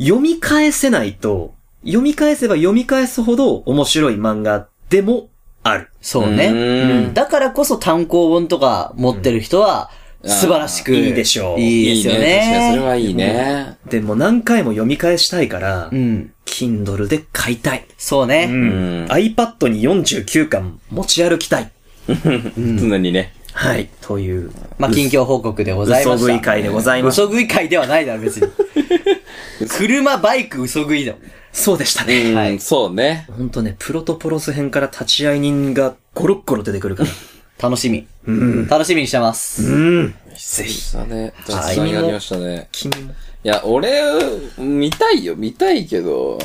Speaker 3: 読み返せないと、読み返せば読み返すほど面白い漫画でもある。
Speaker 2: そうね。
Speaker 1: うん。
Speaker 2: だからこそ単行本とか持ってる人は、
Speaker 1: ん
Speaker 2: 素晴らしく。
Speaker 3: いいでしょう
Speaker 2: いい
Speaker 1: い
Speaker 2: で
Speaker 1: い
Speaker 2: すよ
Speaker 1: ね。確かにそれ
Speaker 2: ね。
Speaker 1: はいいね。
Speaker 3: でも何回も読み返したいから
Speaker 2: う、ん。
Speaker 3: Kindle で買いたい。
Speaker 2: そうね。
Speaker 1: ん
Speaker 3: iPad に49巻持ち歩きたい。
Speaker 1: 常にね。
Speaker 3: はい。という、
Speaker 2: まあ、近況報告でございま
Speaker 3: 嘘
Speaker 2: した。
Speaker 3: 食い会でございます。
Speaker 2: 嘘食い会ではないだろ、別 に。車、バイク、嘘食いだもん。
Speaker 3: そうでしたね。
Speaker 1: うん。そうね。
Speaker 3: ほんとね、プロトポロス編から立ち会い人がゴロッゴロ出てくるから。
Speaker 2: 楽しみ。楽しみにしてます。
Speaker 3: うん。
Speaker 1: ぜひ。したね。た
Speaker 3: あ
Speaker 1: くさんやりましたね。
Speaker 3: 君も。
Speaker 1: いや、俺、見たいよ、見たいけど、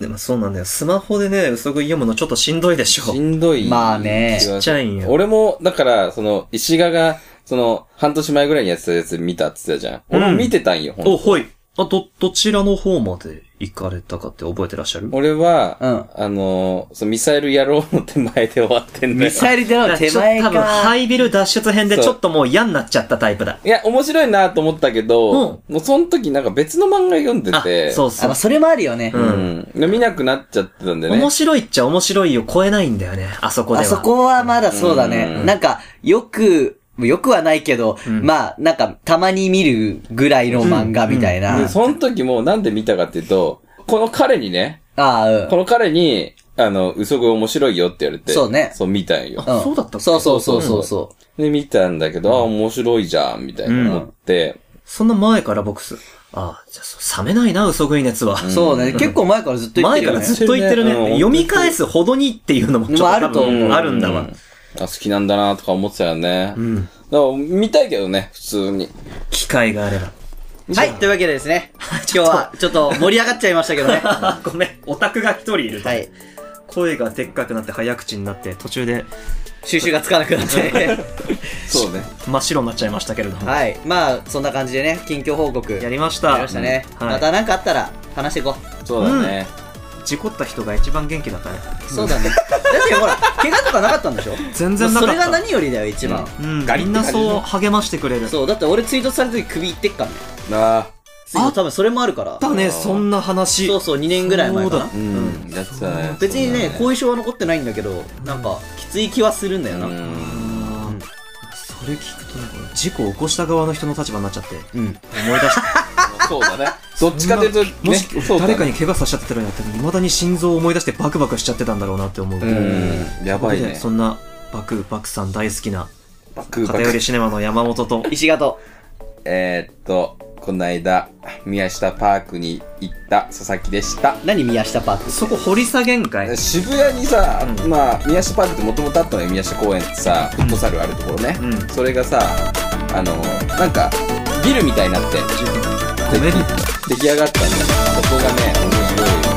Speaker 3: でもそうなんだよ。スマホでね、嘘食い読むのちょっとしんどいでしょ。
Speaker 1: しんどい。
Speaker 2: まあね
Speaker 1: 気が
Speaker 3: ちっちゃいんよ
Speaker 1: 俺も、だから、その、石賀が、その、半年前ぐらいにやってたやつ見たって言ってたじゃん。俺も見てたんよ、ほんと
Speaker 3: お、はい。あ、ど、どちらの方まで行かれたかって覚えてらっしゃる
Speaker 1: 俺は、あの、そのミサイル野郎の手前で終わってんだ
Speaker 2: ミ
Speaker 1: よ。
Speaker 2: サイルでの手前
Speaker 3: 多分、ハ
Speaker 2: か。
Speaker 3: イビル脱出編で
Speaker 1: そう
Speaker 3: ちょっともう嫌になっちゃったタイプだ。
Speaker 1: いや、面白いなと思ったけど、もうその時なんか別の漫画読んで
Speaker 3: あ
Speaker 1: て、、
Speaker 3: そう
Speaker 2: あ、
Speaker 3: そ
Speaker 2: まあ
Speaker 3: う。
Speaker 2: それもあるよね。
Speaker 1: うん。で見なくなっちゃってたんでね。
Speaker 3: 面白いっちゃ面白いを超えないんだよね、あそこでは。
Speaker 2: あそこはまだそうだね。なんか、よく、よくはないけど、まあ、なんか、たまに見るぐらいの漫画みたいな。
Speaker 1: で、その時もなんで見たかっていうと、この彼にね、
Speaker 2: ああ、うん。
Speaker 1: この彼に、あの、嘘食い面白いよって言われて。
Speaker 2: そうね
Speaker 1: そう見たんよ。
Speaker 2: ん
Speaker 3: そうだったっけ
Speaker 2: そうそうそうそうそ
Speaker 1: で、見たんだけど、あ、面白いじゃん、みたいな思って。
Speaker 3: そんな前からボックス。ああ、じゃあそう、冷めないな、嘘食い熱は。
Speaker 2: う。そうね。結構前からずっと言っ
Speaker 3: 前
Speaker 2: てる
Speaker 3: か
Speaker 2: よ
Speaker 3: ら
Speaker 2: ね。
Speaker 3: ずっと言ってるね。
Speaker 1: うん
Speaker 3: 読み返すほどにっていうのもちょっと
Speaker 2: まああ
Speaker 3: 多
Speaker 2: ると思う
Speaker 3: 分あるんだ
Speaker 1: う
Speaker 3: わ
Speaker 1: ん。あ、好きなんだなとか思ってたよね。うん。だから、見たいけどね、普通に。
Speaker 3: 機会があれば。
Speaker 2: はい。というわけでで すね。今日は、ちょっと盛り上がっちゃいましたけどね。は
Speaker 3: あ、 ごめん。オタクが一人いると。
Speaker 2: い。
Speaker 3: 声がでっかくなって早口になって、途中で
Speaker 2: 収集がつかなくなって。
Speaker 1: そうね。
Speaker 3: 真っ白になっちゃいましたけれども。
Speaker 2: はい。まあ、そんな感じでね、近況報告。
Speaker 3: や
Speaker 2: やり
Speaker 3: りました。
Speaker 2: ましたね。
Speaker 3: うんはい
Speaker 2: また何かあったら、話していこう。
Speaker 1: そうだね。
Speaker 3: 事故った人が一番元気だったね。
Speaker 2: そ うだね。だってほら、怪我とかなかったんでしょ
Speaker 3: 全然なかった
Speaker 2: それが何よりだよ、一番。
Speaker 3: うん。みんなそう励ましてくれる。
Speaker 2: そう、だって俺ツイートされた時首いってっからね。
Speaker 1: ああ。
Speaker 2: ついの多分それもあるから。
Speaker 3: だね、そんな話。
Speaker 2: そうそう、2年ぐらい前かな
Speaker 1: う。ん。やってたね。
Speaker 2: 別にね、後遺症は残ってないんだけど、なんか、きつい気はするんだよな。うん。
Speaker 3: あーそれ聞くとなんか、事故を起こした側の人の立場になっちゃって、思い出した。
Speaker 1: そうだね。どっちかというと、ね
Speaker 3: もし、、
Speaker 1: そうだね
Speaker 3: 誰かに怪我させちゃってたらやっても、未だに心臓を思い出してバクバクしちゃってたんだろうなって思う。
Speaker 1: うん。やばい
Speaker 3: ということで
Speaker 1: ね。
Speaker 3: そんな、バクバクさん大好きな、
Speaker 1: バクバ
Speaker 3: 偏
Speaker 1: ク
Speaker 3: り。シネマの山本と、
Speaker 2: 石形。
Speaker 1: えーっと、この間、宮下パークに行った佐々木でした。
Speaker 2: 何宮下パーク
Speaker 3: そこ掘り下げんかい。
Speaker 1: 渋谷にさ、まあ、宮下パークってもともとあったのよ、宮下公園ってさ、フットサルあるところね。
Speaker 3: うん
Speaker 1: それがさ、あの、なんか、ビルみたいになって、
Speaker 3: ごめんね
Speaker 1: 出来上がったんだよ。そこがね、面白い。